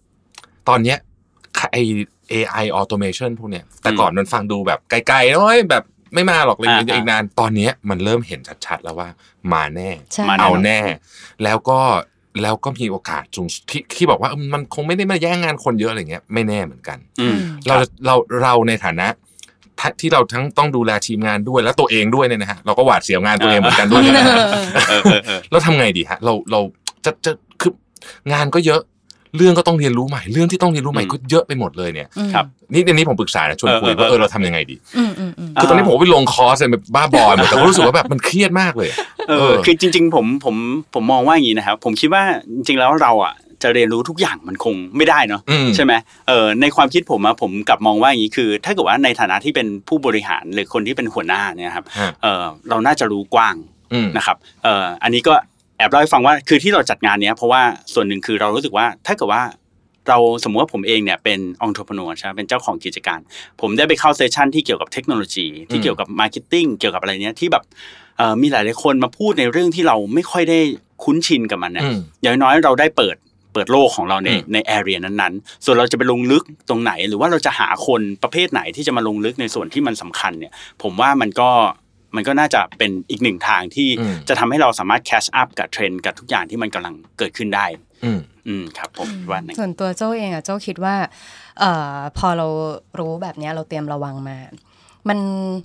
B: ตอนเนี้ยไอ AI automation พวกเนี้ยแต่ก่อนมันฟังดูแบบไกลๆน้อยแบบไม่มาหรอกเลย
C: อ่า
B: เดี๋ยวอีกนาน ตอนเนี้ยมันเริ่มเห็นชัดๆแล้วว่ามาแน่
D: ใช่
C: มา
B: เอาแน่ แล้วก็แล้วก็มีโอกาสสูงที่ที่บอกว่าเออมันคงไม่ได้มาแย่งงานคนเยอะอะไรเงี้ยไม่แน่เหมือนกัน
C: อื
D: อื
C: ม
D: ม
B: เราเราเราในฐานะทะที่เราทั้งต้องดูแลทีมงานด้วยและตัวเองด้วยเนี่ยนะฮะเราก็หวาดเสียวงานตัวเองเหมือนกันด้วยนะฮะ
C: เออเออเออ
B: เราทำไงดีฮะเราเราจะจะคืองานก็เยอะ เรื่องก็ต้องเรียนรู้ใหม่ เรื่องที่ต้องเรียนรู้ใหม่
C: อืม
B: ก็เยอะไปหมดเลยเนี่ย
C: ครับ
B: นี่เดี๋ยวนี้ผมปรึกษานะชวนคุยว่าเอ
C: เออเออ
B: อเราทำยังไงดี
D: อืมอืมอืม
B: คือตอนนี้ผมไปลงคอร์สเลยแบบบ้าบอหมดแต่ก็รู้สึกว่าแบบมันเครียดมากเลยอะ
C: เอ
B: เอ
C: อ
B: อ
C: คือจริง ๆ ผมผมผมมองว่าอย่างนี้นะครับผมคิดว่าจริงๆแล้วเราอ่ะจะเรียนรู้ทุกอย่างมันคงไม่ได้เนาะ
B: อืม
C: ใช่ไหมเออในความคิดผมอะผมกลับมองว่าอย่างนี้คือ ถ้าเกิดว่าในฐานะที่เป็นผู้บริหารหรือคนที่เป็นหัวหน้าเนี่ยครับ
B: ฮะ
C: เออเราน่าจะรู้กว้าง
B: อืม
C: นะครับเอออันนี้ก็แอบเล่าให้ฟังว่าคือที่เราจัดงานเนี้ยเพราะว่าส่วนหนึ่งคือเรารู้สึกว่าถ้าเกิดว่าเราสมมติว่าผมเองเนี่ยเป็นองค์ประกอบใช่ไหมเป็นเจ้าของกิจการ ผมได้ไปเข้าเซสชันที่เกี่ยวกับเทคโนโลยีที่
B: อืม
C: เกี่ยวกับมาร์เก็ตติ้งเกี่ยวกับอะไรเนี้ยที่แบบ เอ่อมีหลายๆคนมาพูดในเรื่องที่เราไม่ค่อยได้คุ้นชินกับมันเนี่ย
B: อืม
C: อย่างน้อยเราได้เปิดเปิดโลกของเราใน
B: อืม
C: ในแอเรียนั้นๆ ส่วนเราจะไปลงลึกตรงไหน หรือว่าเราจะหาคนประเภทไหนที่จะมาลงลึกในส่วนที่มันสำคัญเนี่ย ผมว่ามันก็มันก็น่าจะเป็นอีกหนึ่งทางที่
B: อืม
C: จะทำให้เราสามารถแคชอัพกับเทรนด์กับทุกอย่างที่มันกำลังเกิดขึ้นได้
B: อืม
C: อืมครับผมว่านะ
D: ส่วนตัวโจ้เองอะโจ้คิดว่าเอ่อพอเรารู้แบบเนี้ยเราเตรียมระวังมา มัน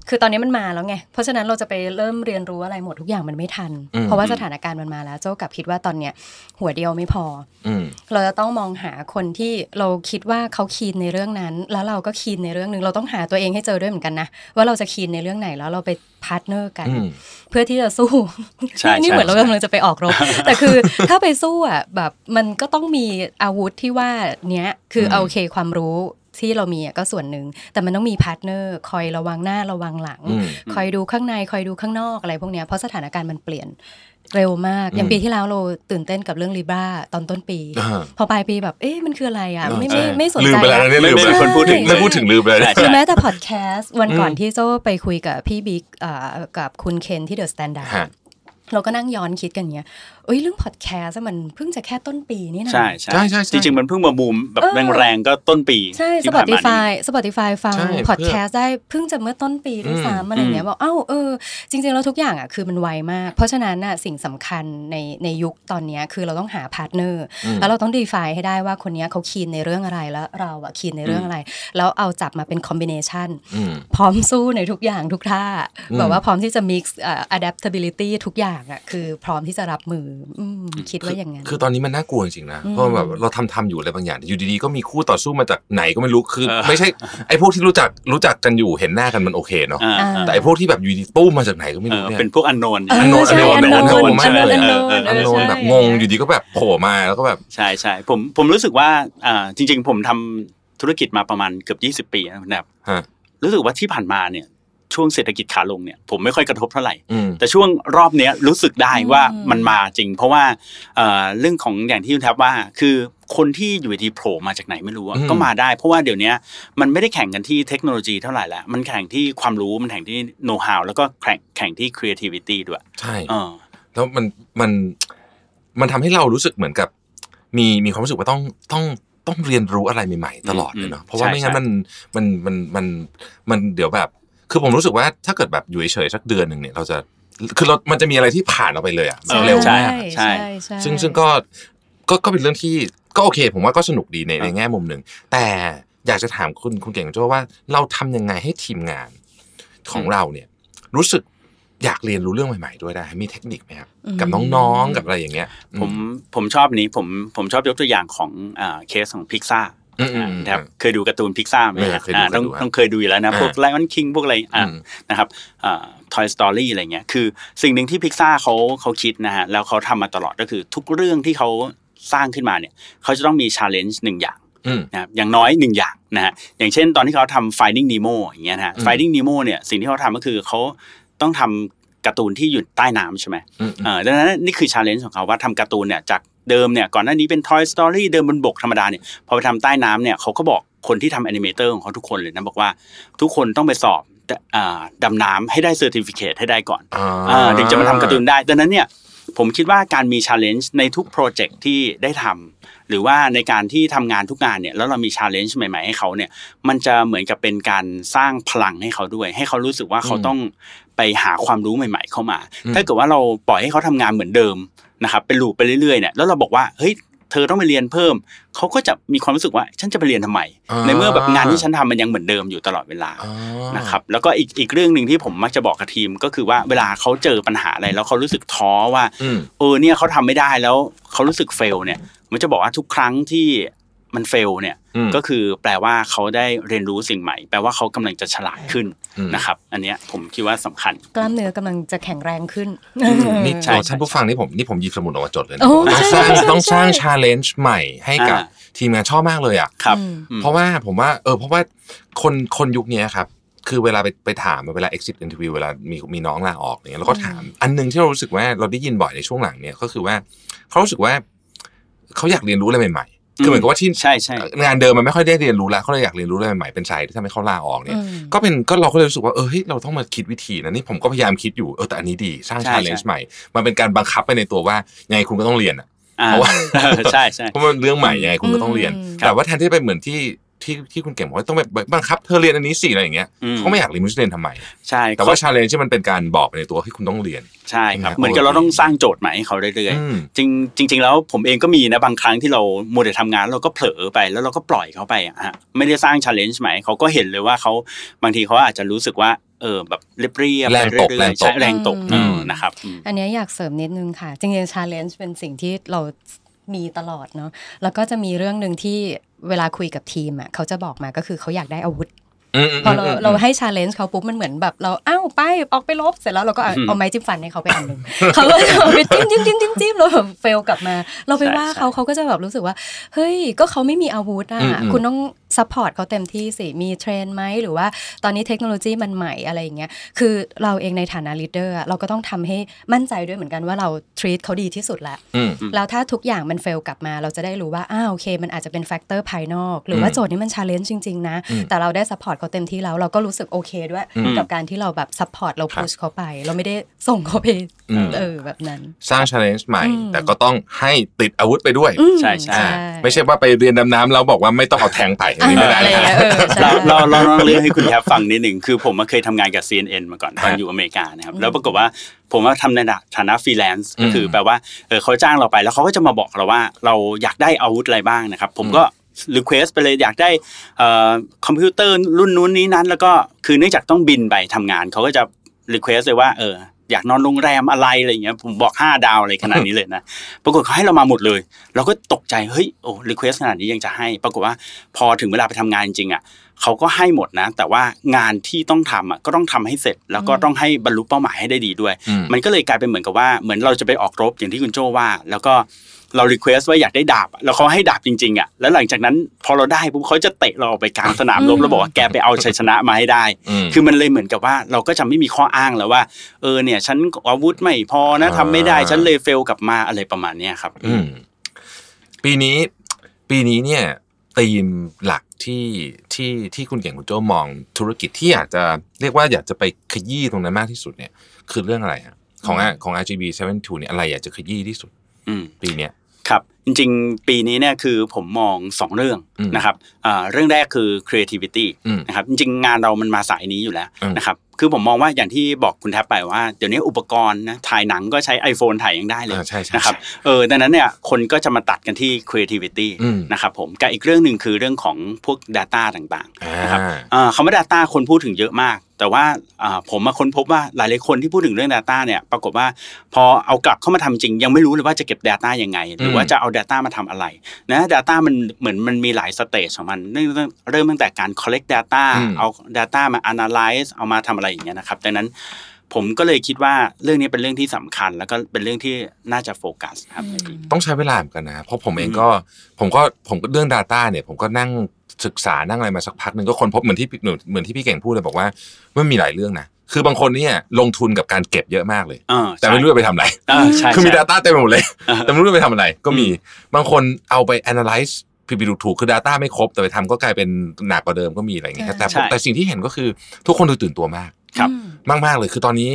D: คือตอนนี้มันมาแล้วไง เพราะฉะนั้นเราจะไปเริ่มเรียนรู้อะไรหมดทุกอย่างมันไม่ทัน
B: อืม
D: เพราะว่าสถานการณ์มันมาแล้วโจ้กลับคิดว่าตอนเนี้ยหัวเดียวไม่พอ
B: อืม
D: เราจะต้องมองหาคนที่เราคิดว่าเขาคีนในเรื่องนั้น แล้วเราก็คีนในเรื่องหนึ่งเราต้องหาตัวเองให้เจอด้วยเหมือนกันนะว่าเราจะคีนในเรื่องไหนแล้วเราไปพาร์ทเนอร์กัน
B: อืม
D: เพื่อที่จะสู้
C: ใช่
D: นี่นี่
C: ใช่
D: เหมือนเรา
C: ใช่
D: กำลังจะไปออกร
B: *laughs*
D: บ แต่คือถ้าไปสู้อ่ะแบบมันก็ต้องมีอาวุธที่ว่าเนี้ยคืออ
B: ม
D: เอาโอเคความรู้ที่เรามีอะก็ส่วนหนึ่ง แต่มันต้องมีพาร์ทเนอร์คอยระวังหน้าระวังหลัง
B: อืม
D: คอยดูข้างในคอยดูข้างนอกอะไรพวกเนี้ยเพราะสถานการณ์มันเปลี่ยนเร็วมาก อย่าง
B: อืม
D: ปีที่แล้วเราตื่นเต้นกับเรื่องลีบราตอนต้นปี
B: อ่า
D: พอปลายปีแบบเอ๊ะมันคืออะไรอ่ะไม่ไม่
C: ใช่
D: ไม่สนใจ
B: ลืมไปแล้วะเนี่ยลืม
C: ไม่
B: ไป
C: มีคนพูดถึง
B: ไม่พูดถึงลืมไปแล้วเนี่ย
D: คือแม้แต่พอดแคสต์วันก่อน
B: อืม
D: ที่โจ้ไปคุยกับพี่บิ๊กเอ่อกับคุณเคนที่เดอะสแตนดาร์
B: ฮะ
D: ดเราก็นั่งย้อนคิดกันเนี้ยเอ้ยเรื่องพอดแคสต์อะมันเพิ่งจะแค่ต้นปีนี่นะ
C: ใช่ใช่
B: ใช่ใช่ใช่
C: จริงๆมันเพิ่งมาบูมแบบ
D: เออ
C: แรงๆก็ต้นปี
D: ใช่
C: ที่ผ่านมานี้
D: Spotify Spotify ฟัง
B: ใช่
D: พอดแคสต์ได้เพิ่งจะเมื่อต้นปีด้วยซ้ำอะไรเงี้ยบอกเอ้าเออจริง ๆ แล้วทุกอย่างอ่ะคือมันไวมาก เพราะฉะนั้นน่ะสิ่งสำคัญในในยุคตอนเนี้ยคือเราต้องหาพาร์ทเนอร์
B: อืม
D: แล้วเราต้องดีไฟให้ได้ว่าคนเนี้ยเขาคีนในเรื่องอะไรแล้วเราอ่ะคีนในเรื่องอะไร แล้วเอาจับมาเป็นคอมบิเนชัน
B: อืม
D: พร้อมสู้ในทุกอย่างทุกท่า
B: อืม
D: แบบว่าพร้อมที่จะ mix เอ่อ adaptability ทุกอย่างอ่ะคือพร้อมที่จะรับมืออืมคิดว่าอย่างนั้น
B: คือตอนนี้มันน่ากลัวจริงๆนะ
D: อืม
B: เพราะแบบเราทำทำอยู่อะไรบางอย่าง อยู่ดีๆ ก็มีคู่ต่อสู้มาจากไหนก็ไม่รู้ คือ
C: เออ
B: ไม่ใช่ไอ้พวกที่รู้จักรู้จักกันอยู่เห็นหน้ากันมันโอเคเนาะ
C: อ่า
D: อ่า
B: แต่ไอ้พวกที่แบบอยู่ดีตู้มมาจากไหนก็ไม่
C: เอ
B: รู้
C: อ
B: เนี่ย
C: เป็นพวกอันโนน
D: เออ
B: unknown
D: ใช่
B: unknown unknown
D: unknown
B: มากเลย
D: unknown
C: เออเออ
B: อันโนนแบบงงอยู่ดีก็แบบโผล่มาแล้วก็แบบ
C: ใช่ใช่ผมผมรู้สึกว่าอ่าจริง ๆ ผมทำธุรกิจมาประมาณเกือบ 20 ปีนะครับ
B: ฮะ
C: รู้สึกว่าที่ผ่านมาเนี่ยช่วงเศรษฐกิจขาลงเนี่ยผมไม่ค่อยกระทบเท่าไหร่
B: อืม
C: แต่ช่วงรอบเนี้ยรู้สึกได้
D: อืม
C: ว่ามันมาจริง เพราะว่าเอ่อเรื่องของอย่างที่คุณแทบว่าคือคนที่อยู่ดีโผล่มาจากไหนไม่รู้อะ
B: อืม
C: ก็มาได้ เพราะว่าเดี๋ยวเนี้ยมันไม่ได้แข่งกันที่เทคโนโลยีเท่าไหร่แล้วมันแข่งที่ความรู้มันแข่งที่โน้ต h o w แล้วก็แข่งแข่งที่ creativity ด้วย
B: ใช่
C: เออ
B: แล้วมันมันมันทำให้เรารู้สึกเหมือนกับ มีมีความรู้สึกว่าต้องต้องต้องเรียนรู้อะไรใหม่ๆตลอดเลยเนาะ
C: อืม
B: เพราะว่า
C: ใช่
B: ไม่งั้น
C: ใช่
B: มันมันมันมันมันเดี๋ยวแบบ คือผมรู้สึกว่าถ้าเกิดแบบอยู่เฉยๆสักเดือนหนึ่งเนี่ยเราจะคือเรา มันจะมีอะไรที่ผ่านเราไปเลยอะแบบ
D: ใช่
B: เร็ว
C: ใช่
B: มาก
C: ใช่
D: ใช่
B: ซึ่งซึ่งก็ก็ก็เป็นเรื่องที่ก็โอเค ผมว่าก็สนุกดีใน
C: ครับ
B: ในแง่มุมหนึ่ง แต่อยากจะถามคุณคุณเก่งโจ้ว่าเราทำยังไงให้ทีมงานของเราเนี่ย รู้สึกอยากเรียนรู้เรื่องใหม่ๆด้วยได้ มีเทคนิคไหมครับ
D: อืม
B: กับน้องๆกับอะไรอย่างเงี้ย
C: ผมผมชอบอันนี้ผมผมชอบยกตัวอย่างของอ่าเคสของพิกซ่า
B: อืมอืมอืม
C: นะครับเคยดูการ์ตูนพิกซ่าไหม
B: เออ
C: ฮะ
B: เคยดู
C: อ่าต้อง
B: เคยดูฮะ
C: ต้องเคยดูอยู่แล้วนะ
B: อ่า
C: พวกไลออนคิงพวกอะไร
B: อื
C: อ่าม นะครับทอยสตอรี่อะไรเงี้ยคือสิ่งหนึ่งที่พิกซ่าเขาเขาคิดนะฮะแล้วเขาทำมาตลอดก็คือทุกเรื่องที่เขาสร้างขึ้นมาเนี่ยเขาจะต้องมีชาเลนจ์หนึ่งอย่าง
B: อืม
C: นะครับอย่างน้อยหนึ่งอย่างนะฮะอย่างเช่นตอนที่เขาทำ finding nemo อย่างเงี้ยนะฮะ
B: อืม
C: finding nemo เนี่ยสิ่งที่เขาทำก็คือเขาต้องทำการ์ตูนที่อยู่ใต้น้ำใช่ไหม
B: อืม
C: เอ่อดังนั้นนี่คือชาเลนจ์ของเขาว่าทำการ์ตูนเนี่ยจากเดิมเนี่ยก่อนหน้านี้เป็น Toy Story เดิมบนบกธรรมดาเนี่ยพอไปทำใต้น้ำเนี่ยเขาก็บอกคนที่ทำแอนิเมเตอร์ของเขาทุกคนเลยนะบอกว่าทุกคนต้องไปสอบอ่าดำน้ำให้ได้เซอร์ติฟิเคให้ได้ก่อนอ่าถึงจะมาทำการ์ตูนได้ ดังนั้นเนี่ยผมคิดว่าการมีชาเลนจ์ในทุกโปรเจกต์ที่ได้ทำหรือว่าในการที่ทำงานทุกงานเนี่ยแล้วเรามีชาเลนจ์ใหม่ๆให้เขาเนี่ยมันจะเหมือนกับเป็นการสร้างพลังให้เขาด้วย ให้เขารู้สึกว่าเขา
B: อืม
C: ต้องไปหาความรู้ใหม่ ๆ เข้ามา
B: อืม
C: ถ้าเกิดว่าเราปล่อยให้เขาทำงานเหมือนเดิมนะครับเป็นลูปไปเรื่อยๆเนี่ยแล้วเราบอกว่าเฮ้ยเธอต้องไปเรียนเพิ่ม เขาก็จะมีความรู้สึกว่าฉันจะไปเรียนทำไม ในเมื่อแบบงานที่ฉันทำมันยังเหมือนเดิมอยู่ตลอดเวลา
B: อ่า
C: นะครับแล้วก็อีกอีกเรื่องหนึ่งที่ผมมักจะบอกกับทีม ก็คือว่าเวลาเขาเจอปัญหาอะไรแล้วเขารู้สึกท้อว่า
B: อืม
C: เออเนี่ยเขาทำไม่ได้แล้วเขารู้สึกเฟลเนี่ยมันจะบอกว่าทุกครั้งที่มันเฟลเนี่ย
B: อืม
C: ก็คือแปลว่าเขาได้เรียนรู้สิ่งใหม่ แปลว่าเขากำลังจะฉลาดขึ้น
B: อืม
C: นะครับ อันเนี้ยผมคิดว่าสำคัญ
D: กล้ามเนื้อกำลังจะแข็งแรงขึ้น
B: นี่
C: ใช่
B: โอ้
C: ใช่
B: ท่านผู้ฟังนี่ผมนี่ผมหยิบสมุดออกมาจดเลยนะ
D: โอ้
B: ต้อง
D: ใช่
B: สร้าง
D: ใช่ใช่
B: ต้องสร้างชาเลนจ์ใหม่ให้กับ
C: อ่า
B: ทีมงานชอบมากเลยอ่ะ
C: ครับ
D: อืม
C: อืม
B: เพราะว่าผมว่าเออเพราะว่าคนคนยุคเนี้ยครับ คือเวลาไปไปถามเวลา exit interview เวลามีมีน้องลาออกอย่างเงี้ยเราก็ถาม อันหนึงที่เรารู้สึกว่าเราได้ยินบ่อยในช่วงหลังเนี่ยก็คือว่าเขารู้สึกว่าเขาอยากเรียนรู้อะไรใหม่ๆคือเหมือนกับว่าที่
C: ใช่ใช่
B: งานเดิมมันไม่ค่อยได้เรียนรู้แล้วเขาเลยอยากเรียนรู้อะไรใหม่ๆเป็นสายที่ทำให้เขาลาออกเนี่ย
D: อืม
B: ก็เป็นก็เราก็เลยรู้สึกว่าเออเฮ้ยเราต้องมาคิดวิธีนะนี่ผมก็พยายามคิดอยู่เออแต่อันนี้ดีสร้างชา
C: ใช่ใช่
B: เลนจ์ใหม่ มันเป็นการบังคับไปในตัวว่ายังไงคุณก็ต้องเรียนอะ
C: อ่า
B: เพราะว่า
C: ใช่ใช่
B: เพราะมันเรื่องใหม่ยังไงคุณก็ต้องเรียน
D: อืม
B: แต่ว่าแทนที่จะไปเหมือนที่ที่ที่คุณเก่งบอกว่าต้องไปบังคับเธอเรียนอันนี้สิอะไรอย่างเงี้ย
C: อืม
B: เขาไม่อยากเรียนมุสเรียนทำไม
C: ใช่
B: แต่ว่าชาเลนจ์ที่มันเป็นการบอกไปในตัวที่คุณต้องเรียน
C: ใช่ครับ
B: นะ
C: เหมือนกับ
B: โอเค
C: เราต้องสร้างโจทย์ใหม่ให้เขาเรื่อย
B: อืม
C: ๆจริงจริง ๆ แล้วผมเองก็มีนะบางครั้งที่เรามัวแต่ทำงานเราก็เผลอไปแล้วเราก็ปล่อยเขาไปอะฮะไม่ได้สร้างชาเลนจ์ใหม่เขาก็เห็นเลยว่าเขาบางทีเขาอาจจะรู้สึกว่าเออแบบเรียบเรียบ
B: แรงตก
C: ไปเอยๆใช่
B: แรงตก
C: แรงตก
B: อืม
C: เออนะครับอืม
D: อันเนี้ยอยากเสริมนิดนึงค่ะ จริงๆ challenge เป็นสิ่งที่เรามีตลอดเนาะ แล้วก็จะมีเรื่องหนึ่งที่เวลาคุยกับทีมอ่ะเขาจะบอกมาก็คือเขาอยากได้อาวุธ
B: อืมอืม
D: พอเรา
B: อืม
D: เราให้ challenge เขาปุ๊บมันเหมือนแบบเราอ้าวไปออกไปลบเสร็จแล้วเราก็เอา
C: อืม
D: เอาไม้จิ้มฟันให้เขาไปอันหนึ่ง เขาก็จะเอาไปจิ้มจิ้มจิ้มจิ้มจิ้มเราแบบเฟลกลับมา เราไป
C: ใช่
D: ว่าเขา
C: ใช่
D: เขาก็จะแบบรู้สึกว่า เฮ้ยก็เขาไม่มีอาวุธอ่ะ
B: อืมอืม
D: คุณต้องซัพพอร์ตเขาเต็มที่สิมีเทรนไหมหรือว่าตอนนี้เทคโนโลยีมันใหม่อะไรอย่างเงี้ยคือเราเองในฐานะลีดเดอร์เราก็ต้องทำให้มั่นใจด้วยเหมือนกันว่าเรา treat เขาดีที่สุดแหละ
B: อืม
D: แล้วถ้าทุกอย่างมันเฟลกลับมาเราจะได้รู้ว่า อ้าวโอเค มันอาจจะเป็นแฟกเตอร์ภายนอก หรือว่า
B: อืม
D: โจทย์นี้มันชาเลนจ์จริง ๆ นะ
B: อืม
D: แต่เราได้ซัพพอร์ตเขาเต็มที่แล้ว เราก็รู้สึกโอเคด้วย
B: อืม
D: กับการที่เราแบบซัพพอร์ตเรา
B: ครับ
D: พุชเขาไป เราไม่ได้ส่งเขาไป
B: อืม
D: เออแบบนั้น
B: สร้างชาเลนจ์ใหม่
D: อืม
B: แต่ก็ต้องให้ติดอาวุธไปด้วย
D: อืม
C: ใช่ใช่
B: อ่าไม่ใช่ว่าไปเรียนดำน้ำแล้วบอกว่าไม่ต้องเอาแทงไปอันนี้ไม่ได้
D: อะไรอ
B: นะ
D: ย่าง
B: ค
D: เงี้
B: รั
D: ย
B: บ
D: เออใช่
C: เราเราเราลองเล่าให้คุณแทบฟังนิดหนึ่งคือผมอะเคยทำงานกับ CNN มาก่อนตอน
B: ฮะ
C: อยู่อเมริกานะครับ
D: อืม
C: แล้วปรากฏว่าผมว่าทำในฐานะฟรีแลนซ์ก็คืออ
B: ม
C: แปลว่าเออเขาจ้างเราไปแล้วเขาก็จะมาบอกเราว่าเราอยากได้อาวุธอะไรบ้างนะครับ ผมก็รีเควสไปเลยอยากได้เอ่อคอมพิวเตอร์รุ่นนู้นนี้นั้น แล้วก็คือเนื่องจากต้องบินไปทำงานเขาก็จะรีเควสเลยว่าเอออยากนอนโรงแรมอะไรอะไรอย่างเงี้ยผมบอก 5 ดาวอะไรขนาดนี้เลย
B: *laughs*
C: นะ ปรากฏเขาให้เรามาหมดเลย เราก็ตกใจเฮ้ยโอ้รีเควสขนาดนี้ยังจะให้ ปรากฏว่าพอถึงเวลาไปทำงานจริงๆอ่ะ เขาก็ให้หมดนะ แต่ว่างานที่ต้องทำอ่ะก็ต้องทำให้เสร็จ แล้วก็
D: อืม
C: ต้องให้บรรลุเป้าหมายให้ได้ดีด้วย
B: อืม
C: มันก็เลยกลายเป็นเหมือนกับว่าเหมือนเราจะไปออกรบอย่างที่คุณโจว่า แล้วก็เรารีเควสว่าอยากได้ดาบอะแล้วเขาให้ดาบจริงๆอ่ะแล้วหลังจากนั้นพอเราได้ปุ๊บเขาจะเตะเราออกไปกลางสนามรบ
D: อืม
C: แล้วบอกว่าแกไปเอาชัยชนะมาให้ได้
B: ม
C: คือมันเลยเหมือนกับว่าเราก็จะไม่มีข้ออ้างแล้วว่า เออเนี่ย ฉันอาวุธไม่พอนะทำไม่ได้
B: อ่า
C: ฉันเลยเฟลกลับมาอะไรประมาณเนี้ยครับ
B: อืมปีนี้ปีนี้เนี่ยธีมหลักที่ที่ที่คุณเก่งคุณโจมองธุรกิจที่อยากจะเรียกว่าอยากจะไปขยี้ตรงนั้นมากที่สุดเนี่ย คือเรื่องอะไรฮะของอ่ะของ RGB 72เนี่ยอะไรอยากจะขยี้ที่สุด
C: อืม
B: ปีเนี้ย
C: ครับจริงๆ ปีนี้เนี่ยคือผมมอง 2 เรื่อง
B: อืม
C: นะครับอ่าเรื่องแรกคือ creativity
B: อืม
C: นะครับจริงๆ งานเรามันมาสายนี้อยู่แล้ว
B: อืม
C: นะครับคือผมมองว่าอย่างที่บอกคุณแทบไปว่าเดี๋ยวนี้อุปกรณ์นะถ่ายหนังก็ใช้ iPhone ถ่ายยังได้เลย
B: อ่าใช่ใช่
C: นะครับ
B: ใช่
C: เออดังนั้นเนี่ยคนก็จะมาตัดกันที่ creativity
B: อืม
C: นะครับผมกับอีกเรื่องหนึ่งคือเรื่องของพวก Data ต่างๆ
B: อ่า
C: อ่าคำว่า Data คนพูดถึงเยอะมาก แต่ว่าอ่าผมมาค้นพบว่าหลายๆคนที่พูดถึงเรื่อง Data เนี่ยปรากฏว่าพอเอากลับเข้ามาทำจริง ยังไม่รู้เลยว่าจะเก็บ Data ยังไง หรือว่าจะเอา Data มาทำอะไรนะ Data มันเหมือนมันมีหลายสเตจของมันเริ่มตั้งเริ่มตั้งแต่การ collect data
B: อืม
C: เอา data มา analyze เอามาทำอะไรอย่างเงี้ยนะครับดังนั้นผมก็เลยคิดว่าเรื่องนี้เป็นเรื่องที่สำคัญ แล้วก็เป็นเรื่องที่น่าจะโฟกัสครับในปี
B: ต้องใช้เวลาเหมือนกันนะ เพราะผมเองก็ผมก็ผมก็เรื่อง Data เนี่ยผมก็นั่งศึกษานั่งอะไรมาสักพักหนึ่งก็คนพบเหมือนที่พี่เหมือนที่พี่เก่งพูดเลยบอกว่ามันมีหลายเรื่องนะคือบางคนเนี่ยลงทุนกับการเก็บเยอะมากเลย
C: อ่า
B: แต่ไม่รู้จะไปทำอะไร
C: อ่าใช่
B: คือมี
C: ใช่
B: Data เต็มไปหมดเลย
C: อ่า
B: แต่ไม่รู้จะไปทำอะไร ก็มีบางคนเอาไป analyze ผิดผิดถูกๆคือ Data ไม่ครบ แต่ไปทำก็กลายเป็นหนักกว่าเดิมก็มีอะไรอย่างเงี้ยครับแต่
C: ใช่
B: แต่สิ่งที่เห็นก็คือทุกคนดูตื่นตัวมาก
C: ครับ
D: อืม
B: มากมากๆเลยคือตอนนี้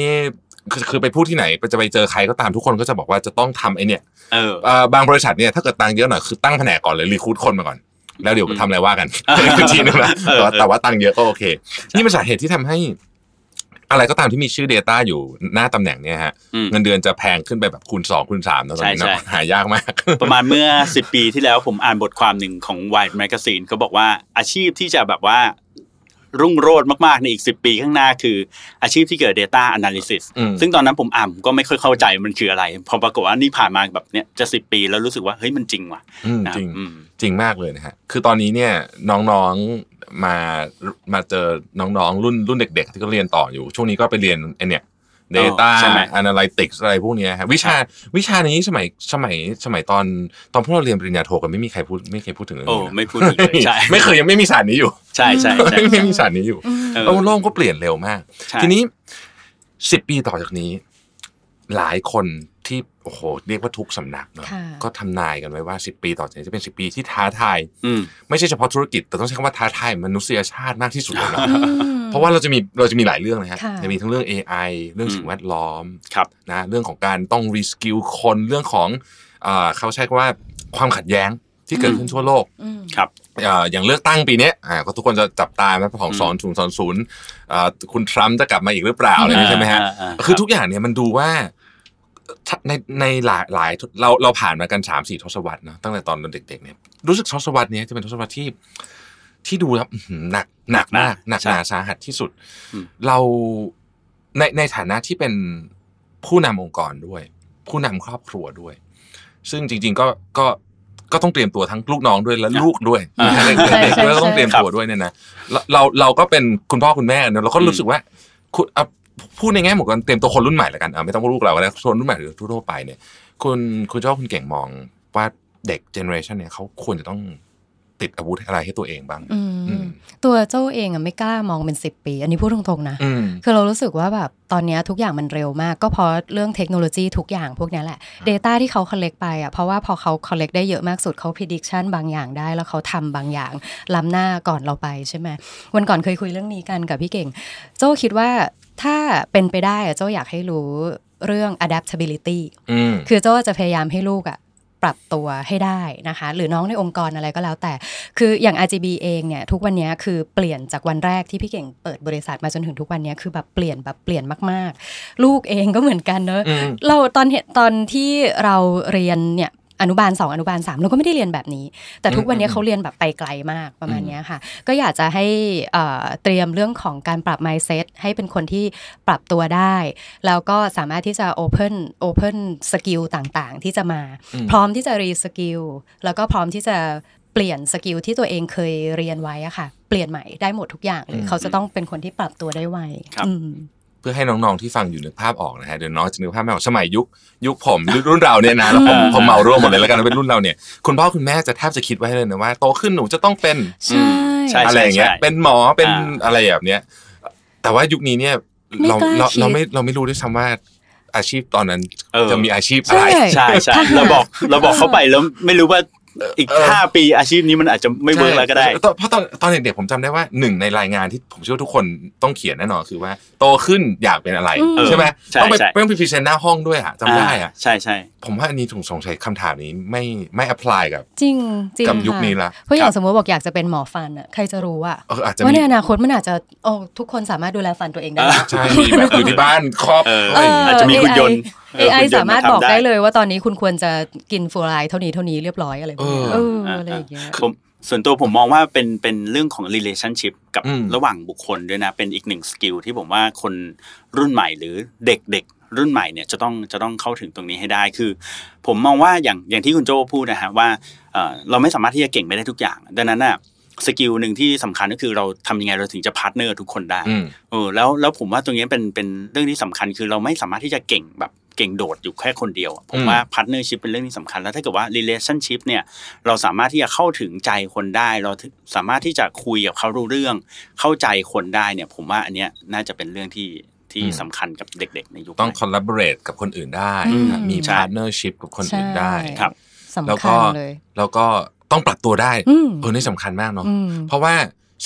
B: คือคือไปพูดที่ไหนจะไปเจอใครก็ตามทุกคนก็จะบอกว่าจะต้องทำไอเนี่ย
C: เออ
B: เอ่อบางบริษัทเนี่ยถ้าเกิดตังค์เยอะหน่อยคือตั้งแผนกก่อนเลยรีคูดคนมาก่อน แล้วเดี๋ยวทำอะไรว่า
C: *laughs*
B: กัน คือทีนึงนะ
C: เออ
B: แต่ว่า
C: เออ
B: แต่ว่าตังค์เยอะก็โอเค นี่เป็นสาเหตุที่ทำให้ อะไรก็ตามที่มีชื่อ Data อยู่หน้าตำแหน่งเนี่ยฮะ
C: อืม
B: เงินเดือนจะแพงขึ้นไปแบบคูณ2คูณ3นะตอนนี้
C: ใช่
B: นะ
C: ใช่
B: หายากมาก
C: ประมาณเมื่อ 10 ปีที่แล้วผมอ่านบทความหนึ่งของ Wired Magazine เขาบอกว่าอาชีพที่จะแบบว่ารุ่งโรจน์มากๆ ในอีก 10 ปีข้างหน้าคืออาชีพที่เกิด Data Analysis
B: อืม
C: ซึ่งตอนนั้นผมอ่านผมก็ไม่ค่อยเข้าใจมันคืออะไร พอปรากฏว่านี่ผ่านมาแบบเนี้ยจะ 10 ปีแล้วรู้สึกว่าเฮ้ยมันจริงว่ะ
B: อืม
C: นะ
B: จริง
C: อืม
B: จริงมากเลยนะฮะคือตอนนี้เนี่ยน้องๆมามาเจอน้องๆ รุ่นรุ่นเด็ก ๆ ที่ก็เรียนต่ออยู่ ช่วงนี้ก็ไปเรียนไอเนี่ย Data
C: ใช่ไหม
B: Analytics อะไรพวกเนี้ยฮะวิชาวิชานี้สมัยสมัยสมัยตอนตอนพวกเราเรียนปริญญาโทกันไม่มีใครพูดไม่เคยพูดถึงเรื่อง
C: โอ้
B: นี้นะ
C: ไม่พูดอีกเลยใช่
B: *laughs* ไม่เคยยังไม่มีศาสตร์นี้อยู่
C: ใช่ใช่ใช่
B: ไม่มีศาสตร์นี้อยู่
C: เออ
B: เออโลกก็เปลี่ยนเร็วมาก
C: ใช่
B: ทีนี้สิบปีต่อจากนี้ หลายคนที่โอ้โหเรียกว่าทุกสำนักเนาะ
D: ค่ะ
B: ก็ทำนายกันไว้ว่าสิบปีต่อจากนี้จะเป็นสิบปีที่ท้าทาย
C: อืม
B: ไม่ใช่เฉพาะธุรกิจ แต่ต้องใช้คำว่าท้าทายมนุษยชาติมากที่สุดเลยนะ
D: อืม
B: เพราะว่าเราจะมีเราจะมีหลายเรื่องนะฮะ
D: ค่ะ
B: จะมีทั้งเรื่อง AI เรื่องสิ่งแวดล้อม
C: ครับ
B: นะเรื่องของการต้องรีสกิลคนเรื่องของเอ่อเขาใช้คำว่าความขัดแย้งที่เกิดขึ้นทั่วโลก
D: อืม
C: ครับ
B: เอ่ออย่างเลือกตั้งปีเนี้ยอ่าก็ทุกคนจะจับตานะของสอนศูนย์สอนศูนย์อ่าคุณทรัมป์จะกลับมาอีกหรือเปล่าอะไรอย่างนี้ใช่ไหมฮะ
C: อ่าอ่าอ่า
B: คือทุกอย่างเนี่ยมันดูว่าถ้าในในหลายหลายเราเราผ่านมากันสามสี่ทศวรรษเนอะตั้งแต่ตอนเราเด็ก ๆ เนี่ยรู้สึกทศวรรษเนี้ยจะเป็นทศวรรษที่ ที่ดูแล้วอื้อหือหนักหนักมากหนักหนาสาหัสที่สุด
C: อืม
B: เราในในฐานะที่เป็นผู้นำองค์กรด้วย ผู้นำครอบครัวด้วย ซึ่งจริง ๆ ก็ก็ก็ต้องเตรียมตัวทั้งลูกน้องด้วยและลูกด้วย
C: อ่า
B: เด็ก
D: ใช่
B: เด็ก
D: ใช่
B: ด้วยก็ต้อง
D: ใช่
B: เตรียมตัวด้วยเนี่ยนะเราเราเราก็เป็นคุณพ่อคุณแม่เนอะเราก็รู้สึกว่าคุณเอาพูดในแง่หมดกันเตรียมตัวคนรุ่นใหม่ละกันเอาไม่ต้องว่าลูกเราแล้วคนรุ่นใหม่หรือทั่วๆไปเนี่ย คุณคุณเจ้าคุณเก่งมองว่าเด็กเจเนอเรชันเนี่ยเขาควรจะต้องติดอาวุธอะไรให้ตัวเองบ้าง
D: อืม
B: อืม
D: ตัวเจ้าเองอะไม่กล้ามองเป็นสิบปี อันนี้พูดตรงๆนะ
B: อืม
D: คือเรารู้สึกว่าแบบตอนเนี้ยทุกอย่างมันเร็วมาก ก็เพราะเรื่องเทคโนโลยีทุกอย่างพวกเนี้ยแหละ Data ที่เขา collect ไปอ่ะเพราะว่าพอเขา collect ได้เยอะมากสุดเขา prediction บางอย่างได้ แล้วเขาทำบางอย่างล้ำหน้าก่อนเราไปใช่ไหมวันก่อนเคยคุยเรื่องนี้กันกับพี่เก่ง โจ้คิดว่าถ้าเป็นไปได้อ่ะโจ้อยากให้รู้เรื่อง adaptability
B: อืม
D: คือโจ้จะพยายามให้ลูกอะปรับตัวให้ได้นะคะ หรือน้องในองค์กรอะไรก็แล้วแต่ คืออย่าง RGB เองเนี่ย ทุกวันเนี้ยคือเปลี่ยนจากวันแรกที่พี่เก่งเปิดบริษัทมาจนถึงทุกวันเนี้ยคือแบบเปลี่ยนแบบเปลี่ยนมากๆ ลูกเองก็เหมือนกันเนอะ
B: อืม
D: เราตอนเห็นตอนที่เราเรียนเนี่ยอนุบาล 2 อนุบาล 3 เราก็ไม่ได้เรียนแบบนี้ แต่ทุกวันนี้
B: อืม
D: เขาเรียนแบบไปไกลมากประมาณเนี้ยค่ะ ก็อยากจะให้เอ่อเตรียมเรื่องของการปรับ mindset ให้เป็นคนที่ปรับตัวได้ แล้วก็สามารถที่จะ open open skill ต่างๆ ที่จะมา
B: อืม
D: พร้อมที่จะ re skill แล้วก็พร้อมที่จะเปลี่ยนสกิลที่ตัวเองเคยเรียนไว้อะค่ะ เปลี่ยนใหม่ได้หมดทุกอย่างเลย
B: อืม
D: เขาจะต้องเป็นคนที่ปรับตัวได้ไว
C: ครับ
D: อืม
B: เพื่อให้น้องๆที่ฟังอยู่นึกภาพออกนะฮะเดี๋ยวน้องจะนึกภาพไม่ออกสมัยยุคยุคผมยุครุ่นเราเนี่ย *laughs* นะแล้วผม
C: อ่า
B: ผมเมาร่วมหมดเลยแล้วกันเป็นรุ่นเราเนี่ยคุณพ่อคุณแม่จะแทบจะคิดไว้ให้เลยนะว่าโตขึ้นหนูจะต้องเป็น
C: อืมใช่
B: อะไรอย่างเงี้ย
C: ใช่
B: เป็นหมอเป็น
C: อ่า
B: อะไรแบบเนี้ยแต่ว่ายุคนี้เนี่ย
D: ไม่
B: เรา
D: กล้า
B: เรา
D: คิด
B: เราไม่เราไม่รู้ด้วยซ้ำว่าอาชีพตอนนั้น
C: เออ
B: จะมีอาชีพอะไร
C: ใช่ใช่
D: ทหาร
C: เราบอกเราบอกเขาไปแล้วไม่รู้ว่าอีก
B: เออ
C: ห้าปีอาชีพนี้มันอาจจะไม่เวิร์กแล้วก็ได้
B: ใช่เพราะเพราะตอนตอนเด็กๆผมจำได้ว่าหนึ่งในรายงานที่ผมเชื่อว่าทุกคนต้องเขียนแน่นอนคือว่า โตขึ้นอยากเป็นอะไร
D: อืม
B: ใช่ไหม
C: ใช่
B: ต้องไป
C: ใช่
B: ต้องไปพรีเซนต์หน้าห้องด้วยอะจำได้อะ
C: ใช่ใช่
B: ผมว่าอันนี้ถุงสงสัยคำถามนี้ไม่ไม่ a p p l y กับ
D: จริงจริง
B: กับยุค
D: ค่ะ
B: นี้ละ
D: เพราะอย่า
C: ค
D: ง
C: รับ
D: สมมติบอกอยากจะเป็นหมอฟันอ่ะใครจะรู้อ่ะ
B: เอออาจจะ
D: ว่า
B: มี
D: ในอนาคตมันอาจจะโอ้ทุกคนสามารถดูแลฟันตัวเองได้นะ
B: ใช่มีแบบอยู่ที่บ้านครอบ
C: เออ
B: เออ
C: อาจจะมีหุ่นยนต์เอ
D: AI
C: อหุ่นยนต์มา
D: AI
C: ทำ
D: สามารถบอก
C: ได้
D: ได้เลยว่าตอนนี้คุณควรจะกินฟลูออไรด์เท่านี้เท่านี้เรียบร้อยอะไรแบบเนี้ยเอออะไรอย่างเงี้ย
C: ผมส่วนตัวผมมองว่าเป็นเป็นเรื่องของ relationship กับ
B: อืม
C: ระหว่างบุคคลด้วยนะ เป็นอีกหนึ่งสกิลที่ผมว่าคนรุ่นใหม่หรือเด็กเด็กรุ่นใหม่เนี่ยจะต้องจะต้องเข้าถึงตรงนี้ให้ได้คือ ผมมองว่าอย่างอย่างที่คุณโจพูดนะฮะว่าเอ่อเราไม่สามารถที่จะเก่งไปได้ทุกอย่าง ดังนั้นน่ะสกิลหนึ่งที่สำคัญก็คือเราทำยังไงเราถึงจะพาร์ทเนอร์ทุกคนได้
B: อืม
C: เออแล้วแล้วผมว่าตรงเนี้ยเป็นเป็นเรื่องที่สำคัญคือเราไม่สามารถที่จะเก่งแบบเก่งโดดอยู่แค่คนเดียวอะผม
B: อืม
C: ว่าพาร์ทเนอร์ชิพเป็นเรื่องที่สำคัญแล้วถ้าเกิดว่า relationship เนี่ยเราสามารถที่จะเข้าถึงใจคนได้ เราถึงสามารถที่จะคุยกับเขารู้เรื่อง เข้าใจคนได้เนี่ยผมว่าอันเนี้ยน่าจะเป็นเรื่องที่ที่สำคัญกับเด็ก ๆ ในยุค
B: ต้อง
C: ใหม่
B: collaborate กับคนอื่นได้
D: อืม
B: มี
C: ใช่
B: partnership กับคนอื่นได้
D: ใช่
C: ครับ
D: สำ
B: แล้ว
D: คั
B: ก็
D: ญเลย
B: แล้วก็ต้องปรับตัวได้
D: อืม
B: เออนี่สำคัญมากเนาะ
D: อืม
B: เพราะว่า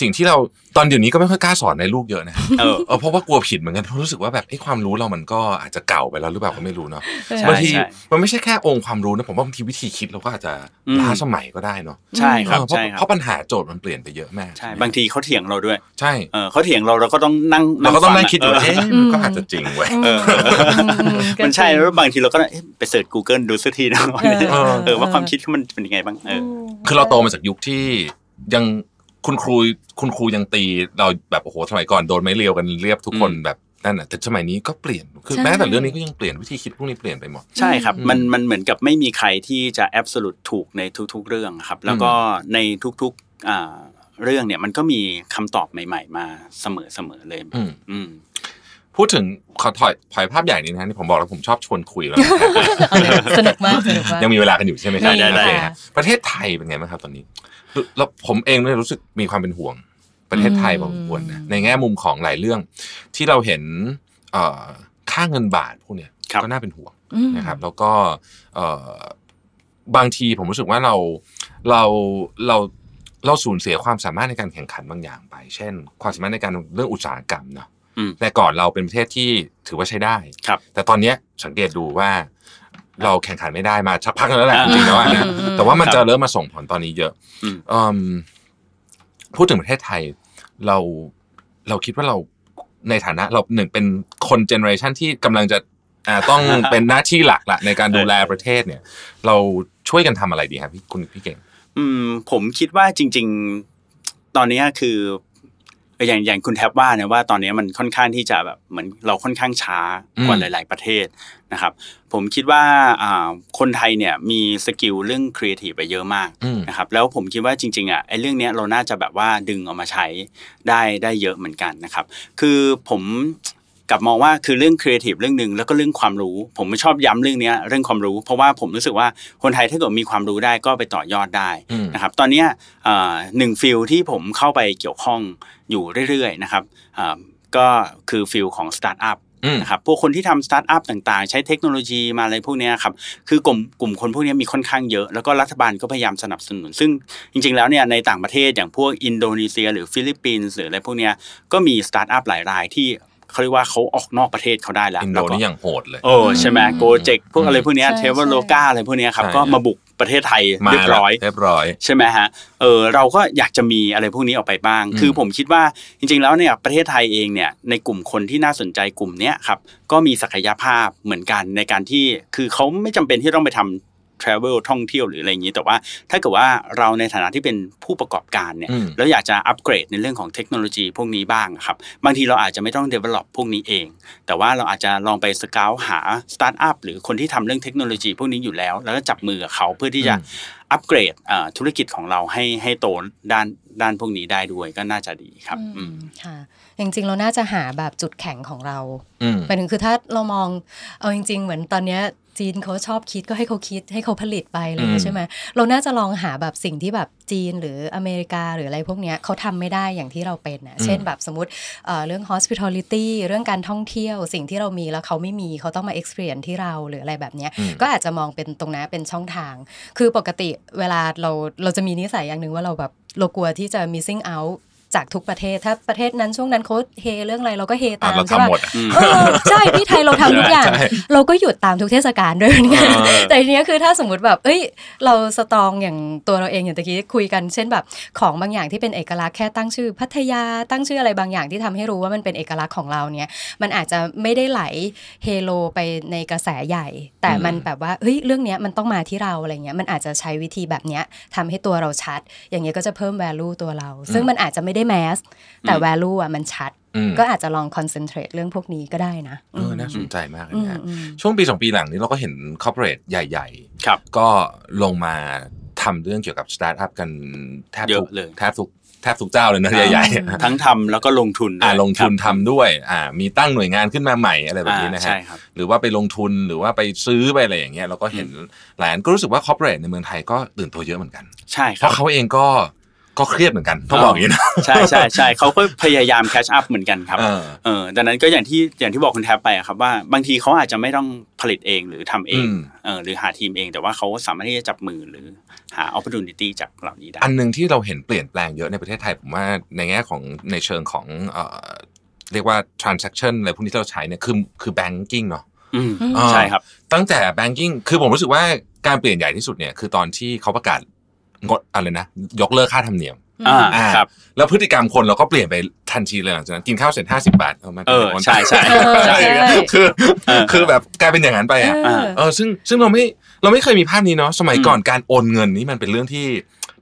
B: สิ่งที่เราตอนเดี๋ยวนี้ก็ไม่ค่อยกล้าสอนในลูกเยอะนะ
C: เออ
B: เออเพราะว่ากลัวผิดเหมือนกันเพราะรู้สึกว่าแบบไอ้ยความรู้เรามันก็อาจจะเก่าไปแล้วหรือเปล่าก็ไม่รู้เนาะ
C: ใช่
B: บางที
C: ใช่
B: มันไม่ใช่แค่องค์ความรู้นะผมว่าบางทีวิธีคิดเราก็อาจจะ
C: อืม
B: ล้าสมัยก็ได้เนาะ
C: ใช่ครับ
B: เออเพราะ
C: ใช่ค
B: เพ
C: รับ
B: ราะปัญหาโจทย์มันเปลี่ยนไปเยอะมาก
C: ใช่บางทีเขาเถียงเราด้วย
B: ใช่
C: เออเขาเถียงเราเราก็ต้องนั่ง
B: เราก็ต้องนั่ง
C: ฟัะ
B: คิดอยู่ว่า
C: เ
B: เอ๊ะ
D: อืม
B: มันก็อาจจะจริงเว้ย
C: เออเออ
D: อือือื *laughs* ก็
C: มันใช่
D: จริง
C: แล้วบางทีเราก็เอ๊ะไปเสิร์ช Google ดูสักทีนะว่าเนี่ย
B: เออ
C: เออว่าความคิดเขามันเป็นยังไงบ้างเออ
B: คือเราโตมาจากยุคที่ยังคุณครูคุณครูยังตีเราแบบโอ้โหสมัยก่อนโดนไม้เรียวกันเรียบทุกคน
C: อืม
B: แบบนั่นน่ะแต่สมัยนี้ก็เปลี่ยนคือ
D: ใช่
B: แม้แต่เรื่องนี้ก็ยังเปลี่ยนวิธีคิดพวกนี้เปลี่ยนไปหมด
C: ใช่ครับ
B: อืม
C: มันมันเหมือนกับไม่มีใครที่จะแอบส l u t e ถูกในทุก ๆ เรื่องครับ แล้วก็ในทุกๆอ่าเรื่องเนี่ยมันก็มีคำตอบใหม่ ๆ มาเสมอเสมอเลย
B: อืม
C: อืม
B: พูดถึงขอถอยถอยภาพใหญ่นี้นะฮะนี่ผมบอกแล้วผมชอบชวนคุยแล้ว *laughs* นะ
D: เอาเลยสนุกมากสนุกมาก
B: ยังมีเวลากันอยู่ใช่ไหมครับ
D: มีค่ะ
B: โอเคฮะประเทศไทยเป็นไงบ้างครับตอนนี้แล้วผมเองเนี่ยรู้สึกมีความเป็นห่วง ประเทศไทยพอสมควรนะในแง่มุมของหลายเรื่อง ที่เราเห็นเอ่อค่าเงินบาทพวกเนี้ย
C: ครับ
B: ก็น่าเป็นห่วง
D: อืม
B: นะครับ แล้วก็เอ่อบางทีผมรู้สึกว่าเราเราเราเราสูญเสียความสามารถในการแข่งขันบางอย่างไป เช่น ความสามารถในการเรื่องอุตสาหกรรมเนาะ
C: อืม
B: แต่ก่อนเราเป็นประเทศที่ถือว่าใช้ได้
C: ครับ
B: แต่ตอนเนี้ยสังเกตดูว่า เราแข่งขันไม่ได้มาชักพักแล้วแหละ
C: อ่า
B: จริงๆแล้วอะนะ
D: อืมอืม
B: แต่ว่ามัน
C: ครับ
B: จะเริ่มมาส่งผลตอนนี้เยอะ
C: อืม
B: เอิ่มพูดถึงประเทศไทย เราเราคิดว่าเราในฐานะเราหนึ่งเป็นคนเจเนอเรชันที่กำลังจะอ่าต้อง เป็นหน้าที่หลักละในการดูแลประเทศเนี่ย เราช่วยกันทำอะไรดีครับพี่คุณพี่เก่ง
C: อืมผมคิดว่าจริง ๆ ตอนเนี้ยคืออย่างอย่างคุณแทบว่าเนี่ยว่าตอนเนี้ยมันค่อนข้างที่จะแบบเหมือนเราค่อนข้างช้ากว่า
B: อืม
C: หลาย ๆ ประเทศนะครับ ผมคิดว่าอ่าคนไทยเนี่ยมีสกิลเรื่องครีเอทีฟไปเยอะมาก
B: อืม
C: นะครับแล้วผมคิดว่าจริง ๆอ่ะไอ้เรื่องเนี้ยเราน่าจะแบบว่าดึงเออกมาใช้ได้ได้เยอะเหมือนกันนะครับ คือผมกลับมองว่าคือเรื่องครีเอทีฟเรื่องหนึ่งแล้วก็เรื่องความรู้ ผมชอบย้ำเรื่องเนี้ยเรื่องความรู้ เพราะว่าผมรู้สึกว่าคนไทยถ้าเกิดมีความรู้ได้ก็ไปต่อยอดได้
B: อืม
C: นะครับตอนเนี้ยเอ่อหนึ่งฟิลที่ผมเข้าไปเกี่ยวข้องอยู่เรื่อยๆนะครับเอ่อก็คือฟิลของสตาร์ทอัพ
B: อืม
C: *coughs* นะครับพวกคนที่ทำสตาร์ทอัพต่างๆ ใช้เทคโนโลยีมาอะไรพวกเนี้ยครับคือกลุ่มกลุ่มคนพวกเนี้ยมีค่อนข้างเยอะ แล้วก็รัฐบาลก็พยายามสนับสนุน ซึ่งจริงๆแล้วเนี่ยในต่างประเทศอย่างพวกอินโดนีเซีย หรือฟิลิปปินส์หรืออะไรพวกเนี้ยก็มีสตาร์ทอัพหลายรายที่เขาเรียกว่าเขาออกนอกประเทศเขาได้แล้ว
B: อินโด
C: แล้วก็
B: นี่อย่างโหดเลย
C: โอ้ใช่ไหมโกเจกพวกอะไรพวกเนี้ย
D: ใช่
C: เทเวอร์โลกาอะไรพวกเนี้ยครับ
B: ใช่
C: ก็มาบุกประเทศไทย
B: มา
C: เรียบร้อย
B: เรียบร้อย
C: ใช่ไหมฮะ เออเราก็อยากจะมีอะไรพวกนี้ออกไปบ้าง
B: อืม
C: คือผมคิดว่าจริงๆ แล้วเนี่ยประเทศไทยเองเนี่ยในกลุ่มคนที่น่าสนใจกลุ่มเนี้ยครับก็มีศักยภาพเหมือนกันในการที่คือเขาไม่จำเป็นที่ต้องไปทำ ทราเวลท่องเที่ยวหรืออะไรอย่างนี้ แต่ว่าถ้าเกิดว่าเราในฐานะที่เป็นผู้ประกอบการเนี่ย
B: อืม
C: แล้วอยากจะอัปเกรดในเรื่องของเทคโนโลยีพวกนี้บ้างครับบางทีเราอาจจะไม่ต้อง develop พวกนี้เอง แต่ว่าเราอาจจะลองไปสกาวหาสตาร์ทอัพหรือคนที่ทำเรื่องเทคโนโลยีพวกนี้อยู่แล้ว แล้วก็จับมือกับเขาเพื่อที่จะ
B: อืม
C: อัปเกรดเอ่อธุรกิจของเราให้ให้โตด้านด้านพวกนี้ได้ด้วยก็น่าจะดีครับ
D: อื
C: อื
D: ม
C: ม
D: ค่ะจริงๆเราน่าจะหาแบบจุดแข็งของเรา
B: อืม
D: หมายถึงคือถ้าเรามองเอาจริง ๆ เหมือนตอนเนี้ยจีนเขาชอบคิดก็ให้เขาคิดให้เขาผลิตไปอะไรอย่าง
B: อื
D: เงี้
B: ม
D: ยใช่ไหมเราน่าจะลองหาแบบสิ่งที่แบบจีนหรืออเมริกาหรืออะไรพวกเนี้ยเขาทำไม่ได้อย่างที่เราเป็นนะ
B: อืม
D: เช่นแบบสมมติเอ่อเรื่อง hospitality เรื่องการท่องเที่ยว สิ่งที่เรามีแล้วเขาไม่มีเขาต้องมา experience ที่เราหรืออะไรแบบเนี้ย
B: อืม
D: ก็อาจจะมองเป็นตรงนั้นเป็นช่องทาง คือปกติเวลาเราเราจะมีนิสัยอย่างหนึ่งว่าเราแบบเรากลัวที่จะ missing out จากทุกประเทศ ถ้าประเทศนั้นช่วงนั้นเขาเฮเรื่องอะไรเราก็เฮตา
B: อ่ะ
D: ม
B: เรา
D: ใช่ปะ
B: ทำหมดอ่ะ
D: เออใช่พี่ไทยเราทำทุกอย่าง
B: ใช่ใช่
D: เราก็หยุดตามทุกเทศกาลด้วยเหมือนกัน
B: เออ
D: แต่ทีเนี้ยคือถ้าสมมติแบบ เอ้ย เราสตรองอย่างตัวเราเองอย่างตะกี้คุยกัน เช่นแบบของบางอย่างที่เป็นเอกลักษณ์แค่ตั้งชื่อพัทยาตั้งชื่ออะไรบางอย่างที่ทำให้รู้ว่ามันเป็นเอกลักษณ์ของเราเนี่ย มันอาจจะไม่ได้ไหลเฮโลไปในกระแสใหญ่ แต่
B: อืม
D: มันแบบว่าเฮ้ยเรื่องเนี้ยมันต้องมาที่เราอะไรเงี้ยมันอาจจะใช้วิธีแบบเนี้ยทำให้ตัวเราชัด อย่างเงี้ยก็จะเพิ่ม value ตัวเรา ซึ่งมันอาจจะไม่ได้แมสแต่
C: อืม
D: value อ่ะมันชัด
B: อืม
D: ก็อาจจะลองคอนเซนเทรตเรื่องพวกนี้ก็ได้นะ
B: เออน่าสนใจมากเลย
D: อืม
B: นะฮะ
D: อืม
B: ช่วงปีสองปีหลังนี้เราก็เห็นคอร์เปอเรทใหญ่
C: ครับ
B: ๆ ก็ลงมาทำเรื่องเกี่ยวกับสตาร์ทอัพกันแทบ
C: เย
B: ทุ
C: อะ
B: ก
C: เลย
B: แทบทุกแทบทุกเจ้าเลยนะ
C: อ่า
B: ใหญ่ๆ
C: ทั้งทำแล้วก็ลงทุนด้วย
B: อ่าลงทุน
C: ค
B: ทำ
C: รับ
B: ด้วยอ่ามีตั้งหน่วยงานขึ้นมาใหม่อะไรแบบนี้นะ
C: อ่าใช่
B: ฮะ
C: ครับ
B: หรือว่าไปลงทุนหรือว่าไปซื้อไปอะไรอย่างเงี้ยเราก็เห็นหลายอันก็รู้สึกว่าคอร์เปอเรทในเมืองไทยก็ตื่นตัวเยอะเหมือนกัน
C: ใช่ค
B: เพ
C: รับ
B: ราะเขาเองก็ก็เครียดเหมือนกันต้องบอกอย่างนี้นะ
C: ใช่ใช่ใช่เขาก็พยายามแคชอัพเหมือนกันครับ
B: เออ
C: เออดังนั้นก็อย่างที่อย่างที่บอกคุณแทบไปอะครับว่าบางทีเขาอาจจะไม่ต้องผลิตเองหรือทำเอง
B: อืม
C: เออหรือหาทีมเอง แต่ว่าเขาสามารถที่จะจับมือหรือหา opportunity จากเหล่านี้ได้
B: อันหนึ่งที่เราเห็นเปลี่ยนแปลงเยอะในประเทศไทย ผมว่าในแง่ของในเชิงของเอ่อเรียกว่า transaction อะไรพวกนี้ที่เราใช้เนี่ยคือคือ banking เนาะ
C: อืม
D: อืม
B: อ่า
C: ใช่ครับ
B: ตั้งแต่ banking คือผมรู้สึกว่าการเปลี่ยนใหญ่ที่สุดเนี่ยคือตอนที่เขาประกาศงดอะไรนะยกเลิกค่าธรรมเนียม
C: อ่า
B: อ่า
C: ครับ
B: แล้วพฤติกรรมคนเราก็เปลี่ยนไปทันทีเลยหลังจากนั้นกินข้าวเสร็จห้าสิบาทเอามา
C: เออ
B: ป็นคน
C: ใช่ใช่
D: เออใช่
C: ใช่
B: คือ
C: เออ
B: คือแบบกลายเป็นอย่างนั้นไปอ่ะ
D: เออ
B: เออซึ่งซึ่งเราไม่เราไม่เคยมีภาพนี้เนาะสมัยก่อนการโอนเงินนี่มันเป็นเรื่องที่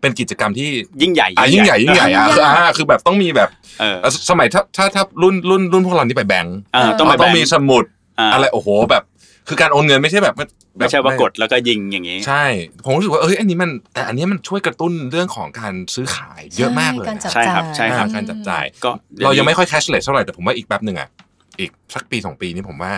B: เป็นกิจกรรมที่
C: ยิ่งใหญ่
B: อ่ะยิ่งใหญ่ยิ่งใหญ่อ่ะ
D: ยิ่
B: คือง
D: ใหญ่
B: อ่าคือแบบต้องมีแบบ
C: เออ
B: เอ่อสมัยถ้าถ้าถ้ารุ่นรุ่นรุ่นพวกเรานี่ไปแบงค์
C: เออต้องไป
B: เราต้องมีสมุดอะไรโอ้โหแบบ คือการโอนเงินไม่ใช่แบบแบบ
C: ไม่ใช่ว่ากดแล้วก็ยิงอย่างนี้
B: ใช่ ผมรู้สึกว่าเอ้ยอันนี้มันแต่อันนี้มันช่วยกระตุ้นเรื่องของการซื้อขายเยอะมากเลย
D: ใช่การจับ
C: ใช่
D: จ่า
C: ครับ
D: ย
C: ใช่ครับ
B: อ่าการจับจ่าย
C: ก็
B: เรายังไม่ค่อยแคชเลสเท่าไหร่แต่ผมว่าอีกแป๊บหนึ่งอ่ะอีกสักปีสองปีนี้ผมว่า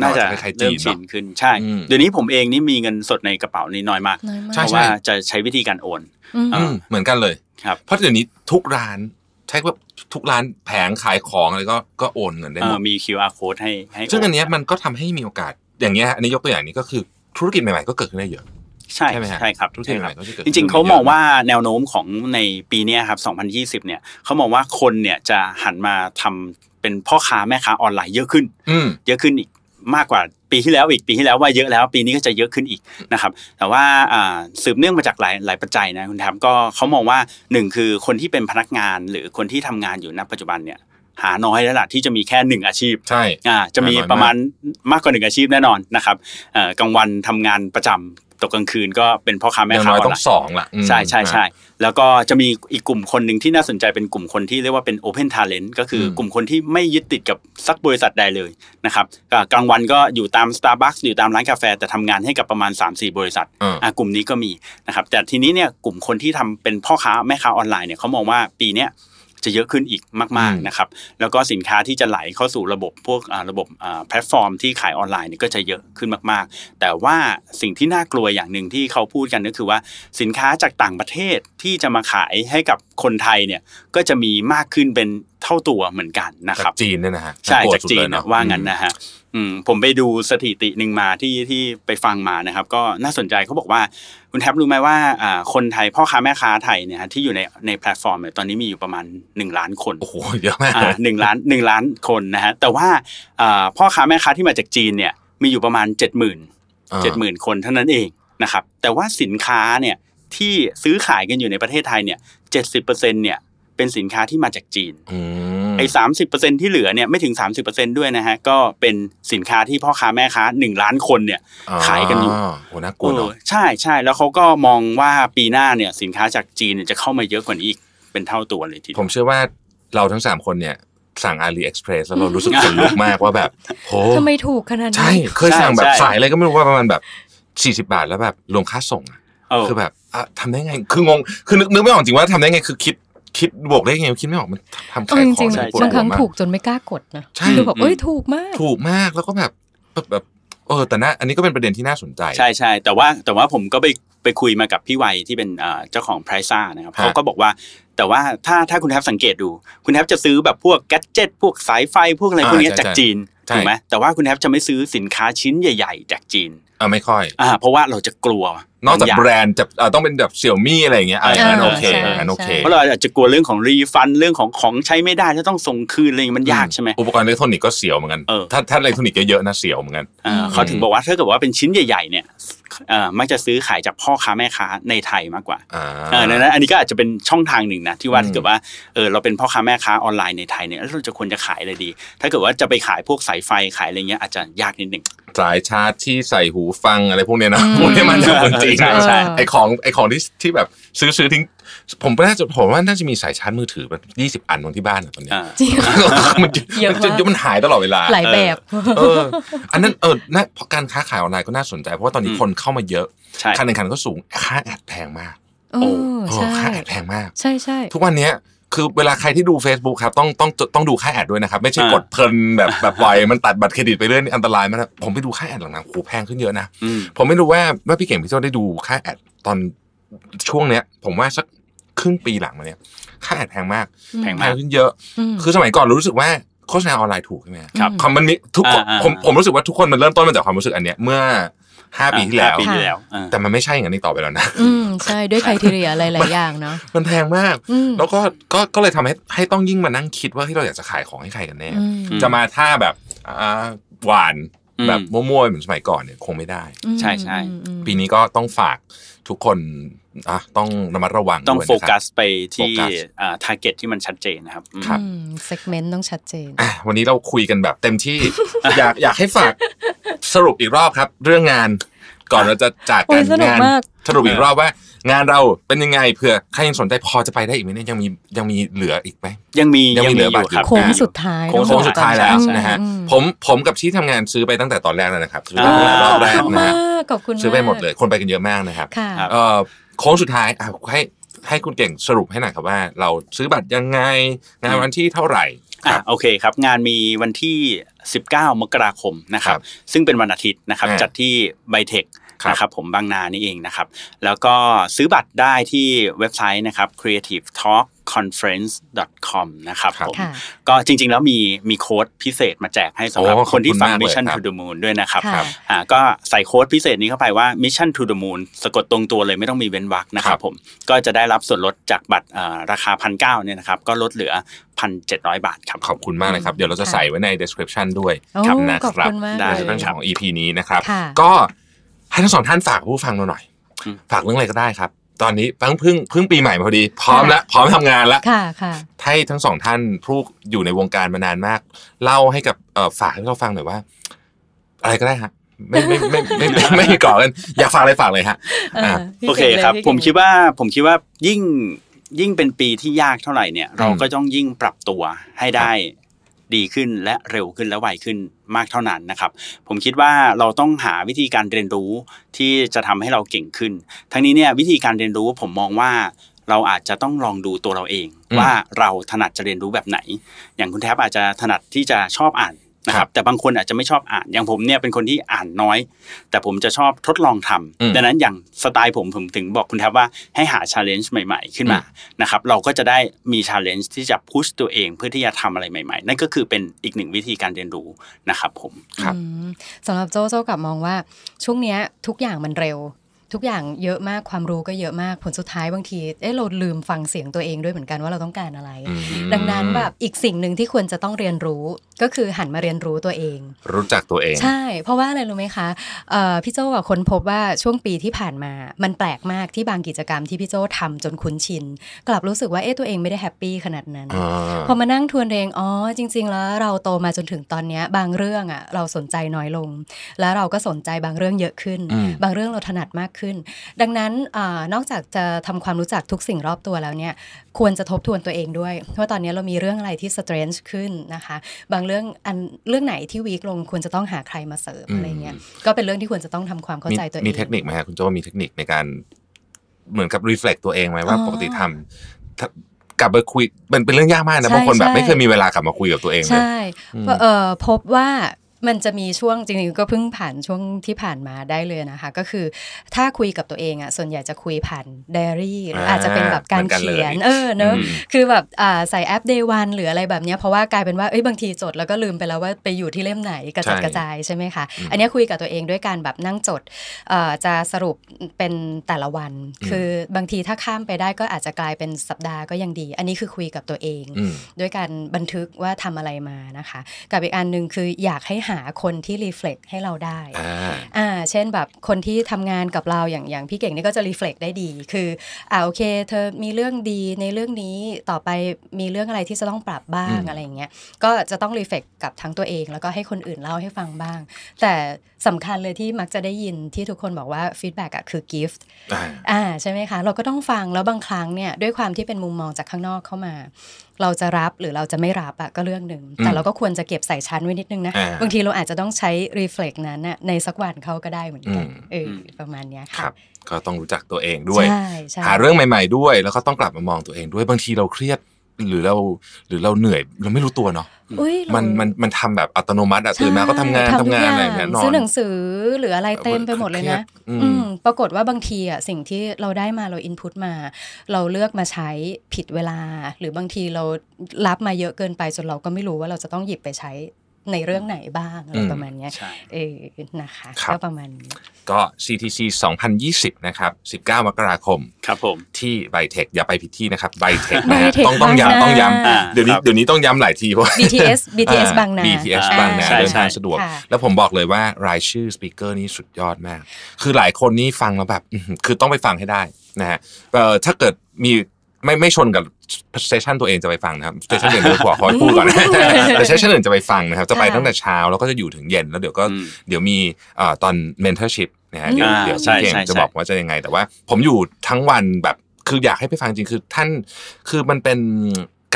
C: น่าจะ
B: เรอจคล้ายๆจี
C: เริ่ม
B: น
C: ชิ
B: เนาะ
C: นขึ้นใช่
B: อืม
C: เดี๋ยวนี้ผมเองนี่มีเงินสดในกระเป๋านี่น้อยมาก
D: น้อยมาก
B: ใช่
C: เพราะ
B: ใช่
C: ว่าจะใช้วิธีการโอน
D: อืม
C: เอ
B: อืมเหมือนกันเลย
C: ครับ
B: เพราะเดี๋ยวนี้ทุกร้านใช่ว่าทุกร้านแผงขายของอะไรก็ก็โอนเงินได้
C: เอ
B: หม
C: อ
B: ด
C: มี QR code ให้ให้
B: ซึ่ง
C: โ
B: อันเนี้ยมันก็ทำให้มีโอกาสอย่างเงี้ยฮะอันนี้ยกตัวอย่างนี้ก็คือธุรกิจใหม่ๆก็เกิดขึ้นได้เยอะ
C: ใช่
B: ใช่ไหมฮะ
C: ใช่ครับ
B: ธุรกิจ
C: ใช่
B: ให
C: ครับ
B: ม่ๆก็จะเกิด
C: จ
B: ขึ้น
C: ริงๆ เขา
B: ยะ
C: มองว่าแนวโน้มของในปีเนี้ยครับ 2020 เนี่ยเขามองว่าคนเนี่ยจะหันมาทำเป็นพ่อค้าแม่ค้าออนไลน์เยอะขึ้น
B: อืม
C: เยอะขึ้นอีกมากกว่าปีที่แล้วอีกปีที่แล้วว่าเยอะแล้วปีนี้ก็จะเยอะขึ้นอีกนะครับแต่ว่าอ่าสืบเนื่องมาจากหลายหลายปัจจัยนะคุณแทมก็เขามองว่าหนึ่งคือคนที่เป็นพนักงานหรือคนที่ทำงานอยู่ณปัจจุบันเนี่ยหาน้อยแล้วล่ะที่จะมีแค่หนึ่งอาชีพ
B: ใช่
C: อ่าจะมี
B: น้อยมาก
C: ประมาณมากกว่าหนึ่งอาชีพแน่นอนนะครับเอ่อกลางวันทำงานประจำตกกลางคืนก็เป็นพ่อค้า
B: อ
C: แม่
B: ย่าง
C: ค้า
B: น้
C: อ
B: อย
C: อน
B: ต้อ
C: ไล
B: ง
C: น์
B: สองละอืม
C: ใช่ใช่ใช่แล้วก็จะมีอีกกลุ่มคนหนึ่งที่น่าสนใจเป็นกลุ่มคนที่เรียกว่าเป็น Open Talent ก็คืออ
B: ม
C: กลุ่มคนที่ไม่ยึดติดกับสักบริษัทใดเลยนะครับก็กลางวันก็อยู่ตาม Starbucks อยู่ตามร้านกาแฟ แต่ทำงานให้กับประมาณ 3-4 บริษัท
B: อ่า
C: อ่ะกลุ่มนี้ก็มีนะครับแต่ทีนี้เนี่ยกลุ่มคนที่ทำเป็นพ่อค้าแม่ค้าออนไลน์เนี่ยเขามองว่าปีเนี้ยจะเยอะขึ้นอีกมาก
B: อืม
C: ๆนะครับแล้วก็สินค้าที่จะไหลเข้าสู่ระบบพวกอ่าระบบอ่าแพลตฟอร์มที่ขายออนไลน์เนี่ยก็จะเยอะขึ้นมาก ๆ แต่ว่าสิ่งที่น่ากลัวอย่างหนึ่งที่เขาพูดกันก็คือว่าสินค้าจากต่างประเทศที่จะมาขายให้กับคนไทยเนี่ยก็จะมีมากขึ้นเป็นเท่าตัวเหมือนกันนะค
B: จา
C: รับ
B: กจีนเนี่ยนะฮะ
C: ใช่
B: น่ลัว
C: จาก
B: สุด
C: จี
B: เล
C: น
B: ยเอะ
C: นะว่างั้นนะฮะอืมผมไปดูสถิติหนึ่งมาที่ที่ไปฟังมานะครับ ก็น่าสนใจเขาบอกว่าคุณแทบรู้ไหมว่าอ่าคนไทยพ่อค้าแม่ค้าไทยเนี่ยฮะที่อยู่ในในแพลตฟอร์มเนี่ยตอนนี้มีอยู่ประมาณ 1 ล้านคน
B: โอ้โหเยอะมาก
C: อ่าหนึ่งล้านหนึ่งล้านคนนะฮะแต่ว่าอ่าพ่อค้าแม่ค้าที่มาจากจีนเนี่ยมีอยู่ประมาณ 7 0 0 0 0 7 0 0 0 คนเท่านั้นเองนะครับแต่ว่าสินค้าเนี่ยที่ซื้อขายกันอยู่ในประเทศไทยเนี่ย70%เนี่ยเป็นสินค้าที่มาจากจีน
B: อืม
C: ไอ้สามสิบเปอร์เซ็นที่เหลือเนี่ยไม่ถึงสามสิบเปอร์เซ็นด้วยนะฮะก็เป็นสินค้าที่พ่อค้าแม่ค้าหนึ่งล้านคนเนี่ย ขายกันอยู่
B: โหน่ากลัวเนอะ
C: เออใช่ใช่แล้วเขาก็มองว่าปีหน้าเนี่ยสินค้าจากจีนเนี่ยจะเข้ามาเยอะกว่านี้อีกเป็นเท่าตัวเลยทีเดียว
B: ผมเชื่อว่าเราทั้งสามคนเนี่ย สั่ง AliExpress แล้วเรารู้สึกขนลุกมากว่าแบบโห
D: ทำไมถูกขนาด
B: ใช่
D: นี้
B: เคยสั่งแบบ
C: ใช่
B: สายอะไรก็ไม่รู้ว่าประมาณแบบ 40 บาทแล้วแบบรวมค่าส่งอะ
C: เออ
B: คือแบบอ่ะทำได้ไง คืองง คือนึกนึกไม่ออกจริงว่าทำได้ไง คือคิดคิดบวกได้ไง คิดไม่ออก มันทำ
D: เอ
B: ขาขอ
D: อยจริ
B: ง
D: งๆ
C: ใช่
B: ได้ปวด
D: บางครั้ง
B: หัวมก
D: ถูกจนไม่กล้ากดนะ
B: ใช่
D: คือแบบเอ้ยถูกมาก
B: ถูกมาก แล้วก็แบบแบบแบบ เออ แต่นะ อันนี้ก็เป็นประเด็นที่น่าสนใจ
C: ใช่ใช่แต่ว่าแต่ว่าผมก็ไปไปคุยมากับพี่วัยที่เป็นเอ่อเจ้าของไพรซ่านะครับ
B: ฮะ
C: เขาก็บอกว่า แต่ว่าถ้าถ้าคุณแทบสังเกตดู คุณแทบจะซื้อแบบพวกแกดเจิตพวกสายไฟพวกอะไรพวกเนี้ยจากจีนถูกไหมแต่ว่าคุณแทบจะไม่ซื้อสินค้าชิ้นใหญ่ ๆ จากจีน
B: อ่ะไม่ค่อย
C: อ่าเพราะว่าเราจะกลัวน
B: อกจาก
C: บงย่ง
B: แบรนด์จะเอ่อต้องเป็นแบบเสี่ยวมี่อะไรอย่างเงี้ยอ่ะ
D: เออ
B: อันนั้นโอเค
D: ใช่
B: อันนั้นโอเค
D: ใช่
C: เพราะเราอาจจะกลัวเรื่องของรีฟันเรื่องของของใช้ไม่ได้แล้วต้องส่งคืนอะไรอย่างเงี้ยมันยากใช่ไหม
B: อุปกรณ์อิเล็กทรอนิกส์ก็เสียวเหมือนกัน
C: เออ
B: ถ้าถ้าอิเล็กทรอนิกส์เยอะๆนะเสียวเหมือนกัน
C: เอ่อเขาถึงบอกว่าถ้าเกิดว่าเป็นชิ้นใหญ่ ๆเนี่ยเอ่อมักจะซื้อขายจากพ่อค้าแม่ค้าในไทยมากกว่า
B: อ่า
C: เออดังนั้นอันนี้ก็อาจจะเป็นช่องทางหนึ่งนะที่ว่า
B: อืม
C: ถ้าเกิดว่าเออเราเป็นพ่อค้าแม่ค้าออนไลน์ในไทยเนี่ยแล้วเราจะควรจะขายอะไรดี ถ้าเกิดว่าจะไปขายพวกสายไฟขายอะไรเงี้ยอาจจะยากนิดหนึ่ง
B: สายชาร์จที่ใส่หูฟังอะไรพวกเนี้ยนะ
D: อืม
B: พวกเนี้ยมันจากคนจีน
C: ใช่ใช่
B: ไอของไอของที่ที่แบบซื้อซื้อทิ้ง ผมน่าจะผมว่าน่าจะมีสายชาร์จมือถือแบบยี่สิบ20 อันของที่บ้านอะตอนเนี้ย
C: อ่า
D: จริง
B: มัน
D: เยอะมาก
B: มันมันหายตลอดเวลา
D: หลายแบบ
B: เออ อันนั้นเออนะเพราะการค้าขายออนไลน์ก็น่าสนใจ เพราะว่าตอนนี้
C: อืม
B: คนเข้ามาเยอะ
C: ใช่
B: การแข่งขันก็สูงค่าแอดแพงมาก
D: เออ
B: เออ
D: ใช่
B: ค่าแอดแพงมาก
D: ใช่ใช่
B: ทุกวันเนี้ยคือเวลาใครที่ดู Facebook ครับต้องต้องต้องดูค่าแอดด้วยนะครับ ไม่ใช่
C: อ่าก ก
B: ดเพลินแบบแบบปล่อยมันตัดบัตรเครดิตไปเรื่อยนี่อันตรายมากนะผมไปดูค่าแอดหลังๆโหแพงขึ้นเยอะนะ
C: อืม
B: ผมไม่รู้ว่าว่าพี่เก่งพี่โจ้ได้ดูค่าแอดตอนช่วงเนี้ย ผมว่าสักครึ่งปีหลังมาเนี้ยค่าแอดแพงมาก
C: แพง
B: แพ
C: มาง ก
B: ขึ้นเยอะ คือสมัยก่อนเรารู้สึกว่าโฆษณาออนไลน์ถูกใช่ไหม
C: ครับ
B: คอมมันมีทุกคน
C: อ่าอ่า
B: ผมผมรู้สึกว่าทุกคนมันเริ่มต้นมาจากความรู้สึกอันเนี้ยเมื่อห้าปีที่แล้ว
C: ปี
D: ค่ะ
C: ที่แล้วอ่า
B: แต่มันไม่ใช่อย่างนี้นอีกต่อไปแล้วนะ
D: อืมใช่ด้วยไครทีเรียหลายๆอย่างเนาะ
B: มันแพงมาก
D: อืม
B: แล้วก็ก็ก็เลยทำให้ให้ต้องยิ่งมานั่งคิดว่าที่เราอยากจะขายของให้ใครกันแน่
D: อืม
B: จะมาท่าแบบอ่าหวาน
C: อืม
B: แบบมั่วๆเหมือนสมัยก่อนเนี่ยคงไม่ได้
C: ใช่ใช่
D: อืมอืม
B: ปีนี้ก็ต้องฝากทุกคนอ่ะต้องระมัดระวัง
C: ต้อง
B: ด้วย
C: โฟ
B: นะครับ
C: กัสไปที่
B: โฟกัส
C: อ่าทาร์เก็ตที่มันชัดเจนนะครับอืม
B: ครับ
D: เซกเมนต์ต้องชัดเจน
B: อ่ะวันนี้เราคุยกันแบบเต็ม
C: *laughs*
B: ที่ อยากอยากให้ฝากสรุปอีกรอบครับ เรื่องงานก่อนเราจะจาก
D: โอ้
B: กั
D: ย
B: น
D: สนุก
B: งาน
D: มาก
B: สรุปอีกรอบว่า งานเราเป็นยังไงเผื่อใครยังสนใจพอจะไปได้อีกไหมเนี่ยยังมียังมีเหลืออีกไหม
C: ยังมี
B: ยังมีเหลือบัตรอยู่
C: ครับ
D: โค้งสุดท้าย
C: โค้
B: โค้งสุดท้ายแล้ว
D: ใช่
B: นะฮะ
D: อืม
B: ผมผมกับที่ทำงานซื้อไปตั้งแต่ตอนแรกแล้วนะครับซื้อไป
C: อ่า
B: ตั้งแต่ร
D: ข
B: อบบ แรก
D: อคุณ
B: นะ
D: มา
B: ฮะ
D: กขอบคุณาก
B: ซื้อไปหมดเลยคนไปกันเยอะมากนะครับ
D: ค่ะ
B: เอ่อโค้งสุดท้ายอ่ะให้ให้คุณเก่งสรุปให้หน่อยครับว่า เราซื้อบัตรยังไงงานวันที่เท่าไหร่ค
C: อ่ะ
B: รับ
C: โอเคครับ งานมีวันที่ 19 มกราคมนะครั
B: ครับ บ
C: ซึ่งเป็นวันอาทิตย์นะครับ
B: อ่า
C: จัดที่ไบเทค
B: ครับ
C: นะครับผมบางนานี่เองนะครับ แล้วก็ซื้อบัตรได้ที่เว็บไซต์นะครับ creative talk conference com นะครับผม
D: ค่ะ
C: ก็จริง ๆ แล้วมีมีโค้ดพิเศษมาแจกให้สำหรับ
B: โอ้ขอบคุณ
C: คนที่ฟัง
B: มากเลย
C: Mission
B: ครับ
C: to the Moon ด้วยนะครับ
D: ค่ะ
C: อ่าก็ใส่โค้ดพิเศษนี้เข้าไปว่า Mission to the Moon สะกดตรงตัวเลยไม่ต้องมีเว้นวรรคนะค
B: ครั
C: รับบ ผมก็จะได้รับส่วนลดจากบัตรเอ่อราคาพันเเนี่ยนะครับก็ลดเหลือ 1,700 บาทครับ
B: ขอบคุณมากเลยครับ เดี๋ยวเราจะใส่ไว้ใน description ด้วย
D: โอ้
B: ครับนะ
D: ขอบ
B: ครับ
D: คุณมาก
C: ได้
B: ใน
D: เล
B: เรื่อย งของ EP นี้นะครับ
D: ค่ะ
B: ก็ให้ทั้งสองท่านฝากผู้ฟังเราหน่อย
C: อืม
B: ฝากเรื่องอะไรก็ได้ครับ ตอนนี้เพิ่งเพิ่งเพิ่งปีใหม่พอดี พร้อมแล้วพร้อมทำงานแล้ว
D: ค่ะค่ะ
B: ให้ทั้งสองท่านผู้อยู่ในวงการมานานมาก เล่าให้กับเอ่อฝากให้เราฟังหน่อยว่า อะไรก็ได้ฮะไม่ไม่ไม่ไม่ไม่ไม่ไม่ก่อกันอยากฝากอะไรฝากเลยฮะ อ่ะ
D: พี่
C: โอเค
D: ก่งลย
C: ครับ
D: พี่ก่ง
C: ผมคิดว่าผมคิดว่ายิ่งยิ่งเป็นปีที่ยากเท่าไหร่เนี่ย เราก็ต้องยิ่งปรับตัวให้ได้ดีขึ้นและเร็วขึ้นและไวขึ้นมากเท่านั้นนะครับ ผมคิดว่าเราต้องหาวิธีการเรียนรู้ที่จะทำให้เราเก่งขึ้น ทั้งนี้เนี่ยวิธีการเรียนรู้ผมมองว่าเราอาจจะต้องลองดูตัวเราเอง
B: อืม
C: ว่าเราถนัดจะเรียนรู้แบบไหน อย่างคุณแทบอาจจะถนัดที่จะชอบอ่านนะค
B: ครั
C: รั
B: บบ
C: แต่บางคนอาจจะไม่ชอบอ่าน อย่างผมเนี่ยเป็นคนที่อ่านน้อย แต่ผมจะชอบทดลองทำ
B: อืม
C: ดังนั้นอย่างสไตล์ผมผมถึงบอกคุณแทบว่าให้หาชาเลนจ์ใหม่ๆ ขึ้นมานะครับเราก็จะได้มีชาเลนจ์ที่จะพุชตัวเองเพื่อที่จะทำอะไรใหม่ๆ นั่นก็คือเป็นอีกหนึ่งวิธีการเรียนรู้นะครับผม
B: ครับ
D: อืมสำหรับโจ้โจ้กลับมองว่าช่วงเนี้ยทุกอย่างมันเร็ว ทุกอย่างเยอะมากความรู้ก็เยอะมากผลสุดท้ายบางทีเอ๊ะเราลืมฟังเสียงตัวเองด้วยเหมือนกันว่าเราต้องการอะไร
B: อืม
D: *laughs* ดังนั้นแบบอีกสิ่งหนึ่งที่ควรจะต้องเรียนรู้ก็คือหันมาเรียนรู้ตัวเอง
B: รู้จักตัวเอง
D: ใช่ เพราะว่าอะไรรู้ไหมคะเอ่อพี่โจ้อะค้นพบว่าช่วงปีที่ผ่านมา มันแปลกมากที่บางกิจกรรมที่พี่โจ้ทำจนคุ้นชิน กลับรู้สึกว่าเอ๊ะตัวเองไม่ได้แฮปปี้ขนาดนั้น
B: อ่า
D: พอมานั่งทวนเองอ๋อจริง ๆ แล้วเราโตมาจนถึงตอนเนี้ยบางเรื่องอะเราสนใจน้อยลง แล้วเราก็สนใจบางเรื่องเยอะขึ้น
B: อืม
D: บางเรื่องเราถนัดมากขึ้น ดังนั้นอานอกจากจะทำความรู้จักทุกสิ่งรอบตัวแล้วเนี่ย ควรจะทบทวนตัวเองด้วยว่าตอนนี้เรามีเรื่องอะไรที่สเตรนจ์ขึ้นนะคะ บางเรื่องอันเรื่องไหนที่วีคลงควรจะต้องหาใครมาเสริม
B: อืม
D: อะไรเงี้ย ก็เป็นเรื่องที่ควรจะต้องทำความเข้าใจตัวเอง
B: มีเทคนิคไหมฮะคุณโจมีเทคนิคในการเหมือนกับรีเฟล็กตัวเองไหมว่า
D: อ๋อ
B: ปกติทำถ้ากลับไปคุยมันเป็นเรื่องยากมากนะ
D: ใช่
B: บางคนแบบ
D: ใช่
B: ไม่เคยมีเวลากลับมาคุยกับตัวเองเลย
D: ใช่เพราะเอ่อพบว่ามันจะมีช่วงจริงๆก็เพิ่งผ่านช่วงที่ผ่านมาได้เลยนะคะ ก็คือถ้าคุยกับตัวเองอ่ะส่วนใหญ่จะคุยผ่านไดอารี่หรืออาจจะเป็นแบบการเขียน
B: เหมือนกันเลย
D: เออเนอะ
B: อืม
D: คือแบบอ่าใส่แอป Day One หรืออะไรแบบเนี้ยเพราะว่ากลายเป็นว่าเอ้ยบางทีจดแล้วก็ลืมไปแล้วว่าไปอยู่ที่เล่มไหนกระจัด
B: ใช่
D: กระจายใช่ไหมคะ
B: อืม
D: อันเนี้ยคุยกับตัวเองด้วยการแบบนั่งจดเอ่อจะสรุปเป็นแต่ละวัน
B: อืม
D: คือบางทีถ้าข้ามไปได้ก็อาจจะกลายเป็นสัปดาห์ก็ยังดี อันนี้คือคุยกับตัวเอง
B: อืม
D: ด้วยการบันทึกว่าทำอะไรมานะคะ กับอีกอันหนึ่งคืออยากให้หาคนที่รีเฟล็กให้เราได้
B: อ่า
D: อ่าเช่นแบบคนที่ทำงานกับเราอย่างอย่างพี่เก่งนี่ก็จะรีเฟล็กได้ดี คืออ่าโอเค เธอมีเรื่องดีในเรื่องนี้ต่อไปมีเรื่องอะไรที่จะต้องปรับบ้าง
B: อืม
D: อะไรอย่างเงี้ยก็จะต้องรีเฟล็กกับทั้งตัวเอง แล้วก็ให้คนอื่นเล่าให้ฟังบ้าง แต่สำคัญเลยที่มักจะได้ยินที่ทุกคนบอกว่าฟีดแบ็กอะคือกิฟต์
B: อ่า
D: อ่าใช่ไหมคะ เราก็ต้องฟังแล้วบางครั้งเนี่ยด้วยความที่เป็นมุมมองจากข้างนอกเข้ามา เราจะรับหรือเราจะไม่รับอะก็เรื่องหนึ่งแต่
B: อืม
D: เราก็ควรจะเก็บใส่ชั้นไว้นิดนึงนะ
B: อ่า
D: บางทีเราอาจจะต้องใช้รีเฟล็กนั้นน่ะในสักวันเขาก็ได้เหมือนกัน
B: อืม
D: เออประมาณเนี้ย
B: ค
D: ค่ะ
B: รับ ก็ต้องรู้จักตัวเองด้วย
D: ใช่ใช่
B: หาเรื่องใหม่ๆด้วย แล้วก็ต้องกลับมามองตัวเองด้วยบางทีเราเครียดหรือเราหรือเราเหนื่อยเราไม่รู้ตัวเนาะ
D: อุ้ยเรา
B: มันมันมันทำแบบอัตโนมัติอะ
D: ใช่
B: ตื่นมาก็ทำงานทำ
D: ทุก
B: งาน
D: ย่
B: อะไรอย่างเงี้ยนอน
D: ซื้อหนังสือหรืออะไรเต็มไปหมดเลยนะ
B: ครีดอื
D: อื
B: ม
D: มปรากฏว่าบางทีอ่ะสิ่งที่เราได้มาเราอินพุตมา เราเลือกมาใช้ผิดเวลา หรือบางทีเรารับมาเยอะเกินไปจนเราก็ไม่รู้ว่าเราจะต้องหยิบไปใช้ในเรื่องไหนบ้างอะไร
B: อืม
D: ประมาณเนี้ย
C: ใช่
D: เออนะคะ
B: ครับ
D: ก็ประมาณนี้
B: ก็ CTC 2020 นะครับ 19 มกราคม
C: ครับผม
B: ที่ไบเทคอย่าไปผิดที่นะครับไบเทคนะฮะ
D: Bytech
B: ต้องต้อง
D: บางนา
B: ย้ำต้องย้
C: อ่า
B: ำเดี๋ยวนี้
C: ครับ
B: เดี๋ยวนี้ต้องย้ำหลายทีเพราะ
D: BTS BTS
B: *laughs* อ่
D: บางนา
B: BTS
C: อ่า
B: บางนา
C: ใช่
B: เดิน
C: ใช่
B: ทางสะดวก
D: ค่ะ
B: แล้วผมบอกเลยว่ารายชื่อสปีกเกอร์นี้สุดยอดมาก คือหลายคนนี่ฟังแล้วแบบอื้อหือคือต้องไปฟังให้ได้นะฮะเอ่อถ้าเกิดมีไม่ไม่ชนกับสเตชันตัวเองจะไปฟังนะครับสเตชันอื่นเดี๋ยวขอขอให้พูดก่อน *laughs* สเตชันอื่นจะไปฟังนะครับ จะไปตั้งแต่เช้าแล้วก็จะอยู่ถึงเย็นแล้วเดี๋ยวก็
C: อืม
B: เดี๋ยวมีเอ่อตอน mentorship นะฮะ
D: อืม
B: เดี๋ยว
D: อ่า
B: เดี๋ยว
C: ใช่
B: คุณเก่ง
C: ใช่
B: จะ
C: ใช่
B: บอกว่าจะยังไง แต่ว่าผมอยู่ทั้งวันแบบคืออยากให้ไปฟังจริงคือท่านคือมันเป็น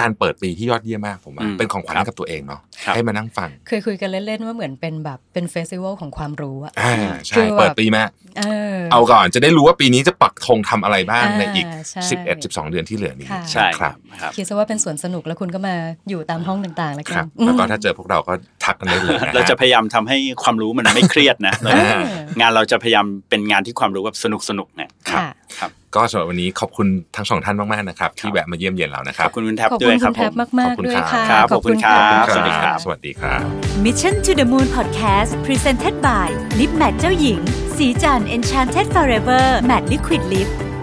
B: การเปิดปีที่ยอดเยี่ยมมากผมว่า
C: อืม
B: เป็นของขวัญ
C: ครับ
B: ให้กับตัวเองเนาะ
C: ครับ
B: ให้มานั่งฟัง
D: เคยคุยกันเล่น ๆ ว่าเหมือนเป็นแบบเป็นเฟสติวัลของความรู้อะ
B: อ่าใช่
D: คือแบบ
B: เปิดปีมา
D: เออ
B: เอาก่อนจะได้รู้ว่าปีนี้จะปักธงทำอะไรบ้างในอีก
D: อ่าใช่
B: 11 12 เดือนที่เหลือนี้
D: ค่ะ
C: ใช่
B: นะค
C: ครั
B: รับบ
C: ครับ
D: คิดซะว่าเป็นสวนสนุกแล้วคุณก็มาอยู่ตามห้องต่างๆ แล้ว
B: ค
D: กั
B: รั
D: น
B: บ แล้วก็ถ้าเจอพวกเราก็ทักกันได้เลยนฮ
C: เราจะพยายามทำให้ความรู้มันไม่เครียดนะ
D: เออ
C: งานเราจะพยายามเป็นงานที่ความรู้แบบสนุกสนุกๆเนี่ย
D: ค่ะ
C: ครับ
B: ก็สำหรับวันนี้ขอบคุณทั้งสองท่านมากๆนะครับที่แวะมาเยี่ยมเยียนเรานะค
C: ข
B: รั
C: อ
B: บบ
C: คุณคุณแท็บ
D: ขอบ
C: ด้
D: คุ
C: วย
D: ณ
C: ค
D: คุ
C: รับ
D: ณ
C: ผ
D: แท็บ
C: ม
D: มาก ๆ ด้วยค่ะ
C: ครับขอบคุณครั
B: ขอบ
C: สวัสดีครับ
B: สวัสดีครับ
A: Mission to the Moon Podcast Presented by Lip Matte เจ้าหญิง สีจัน Enchanted Forever Matte Liquid Lip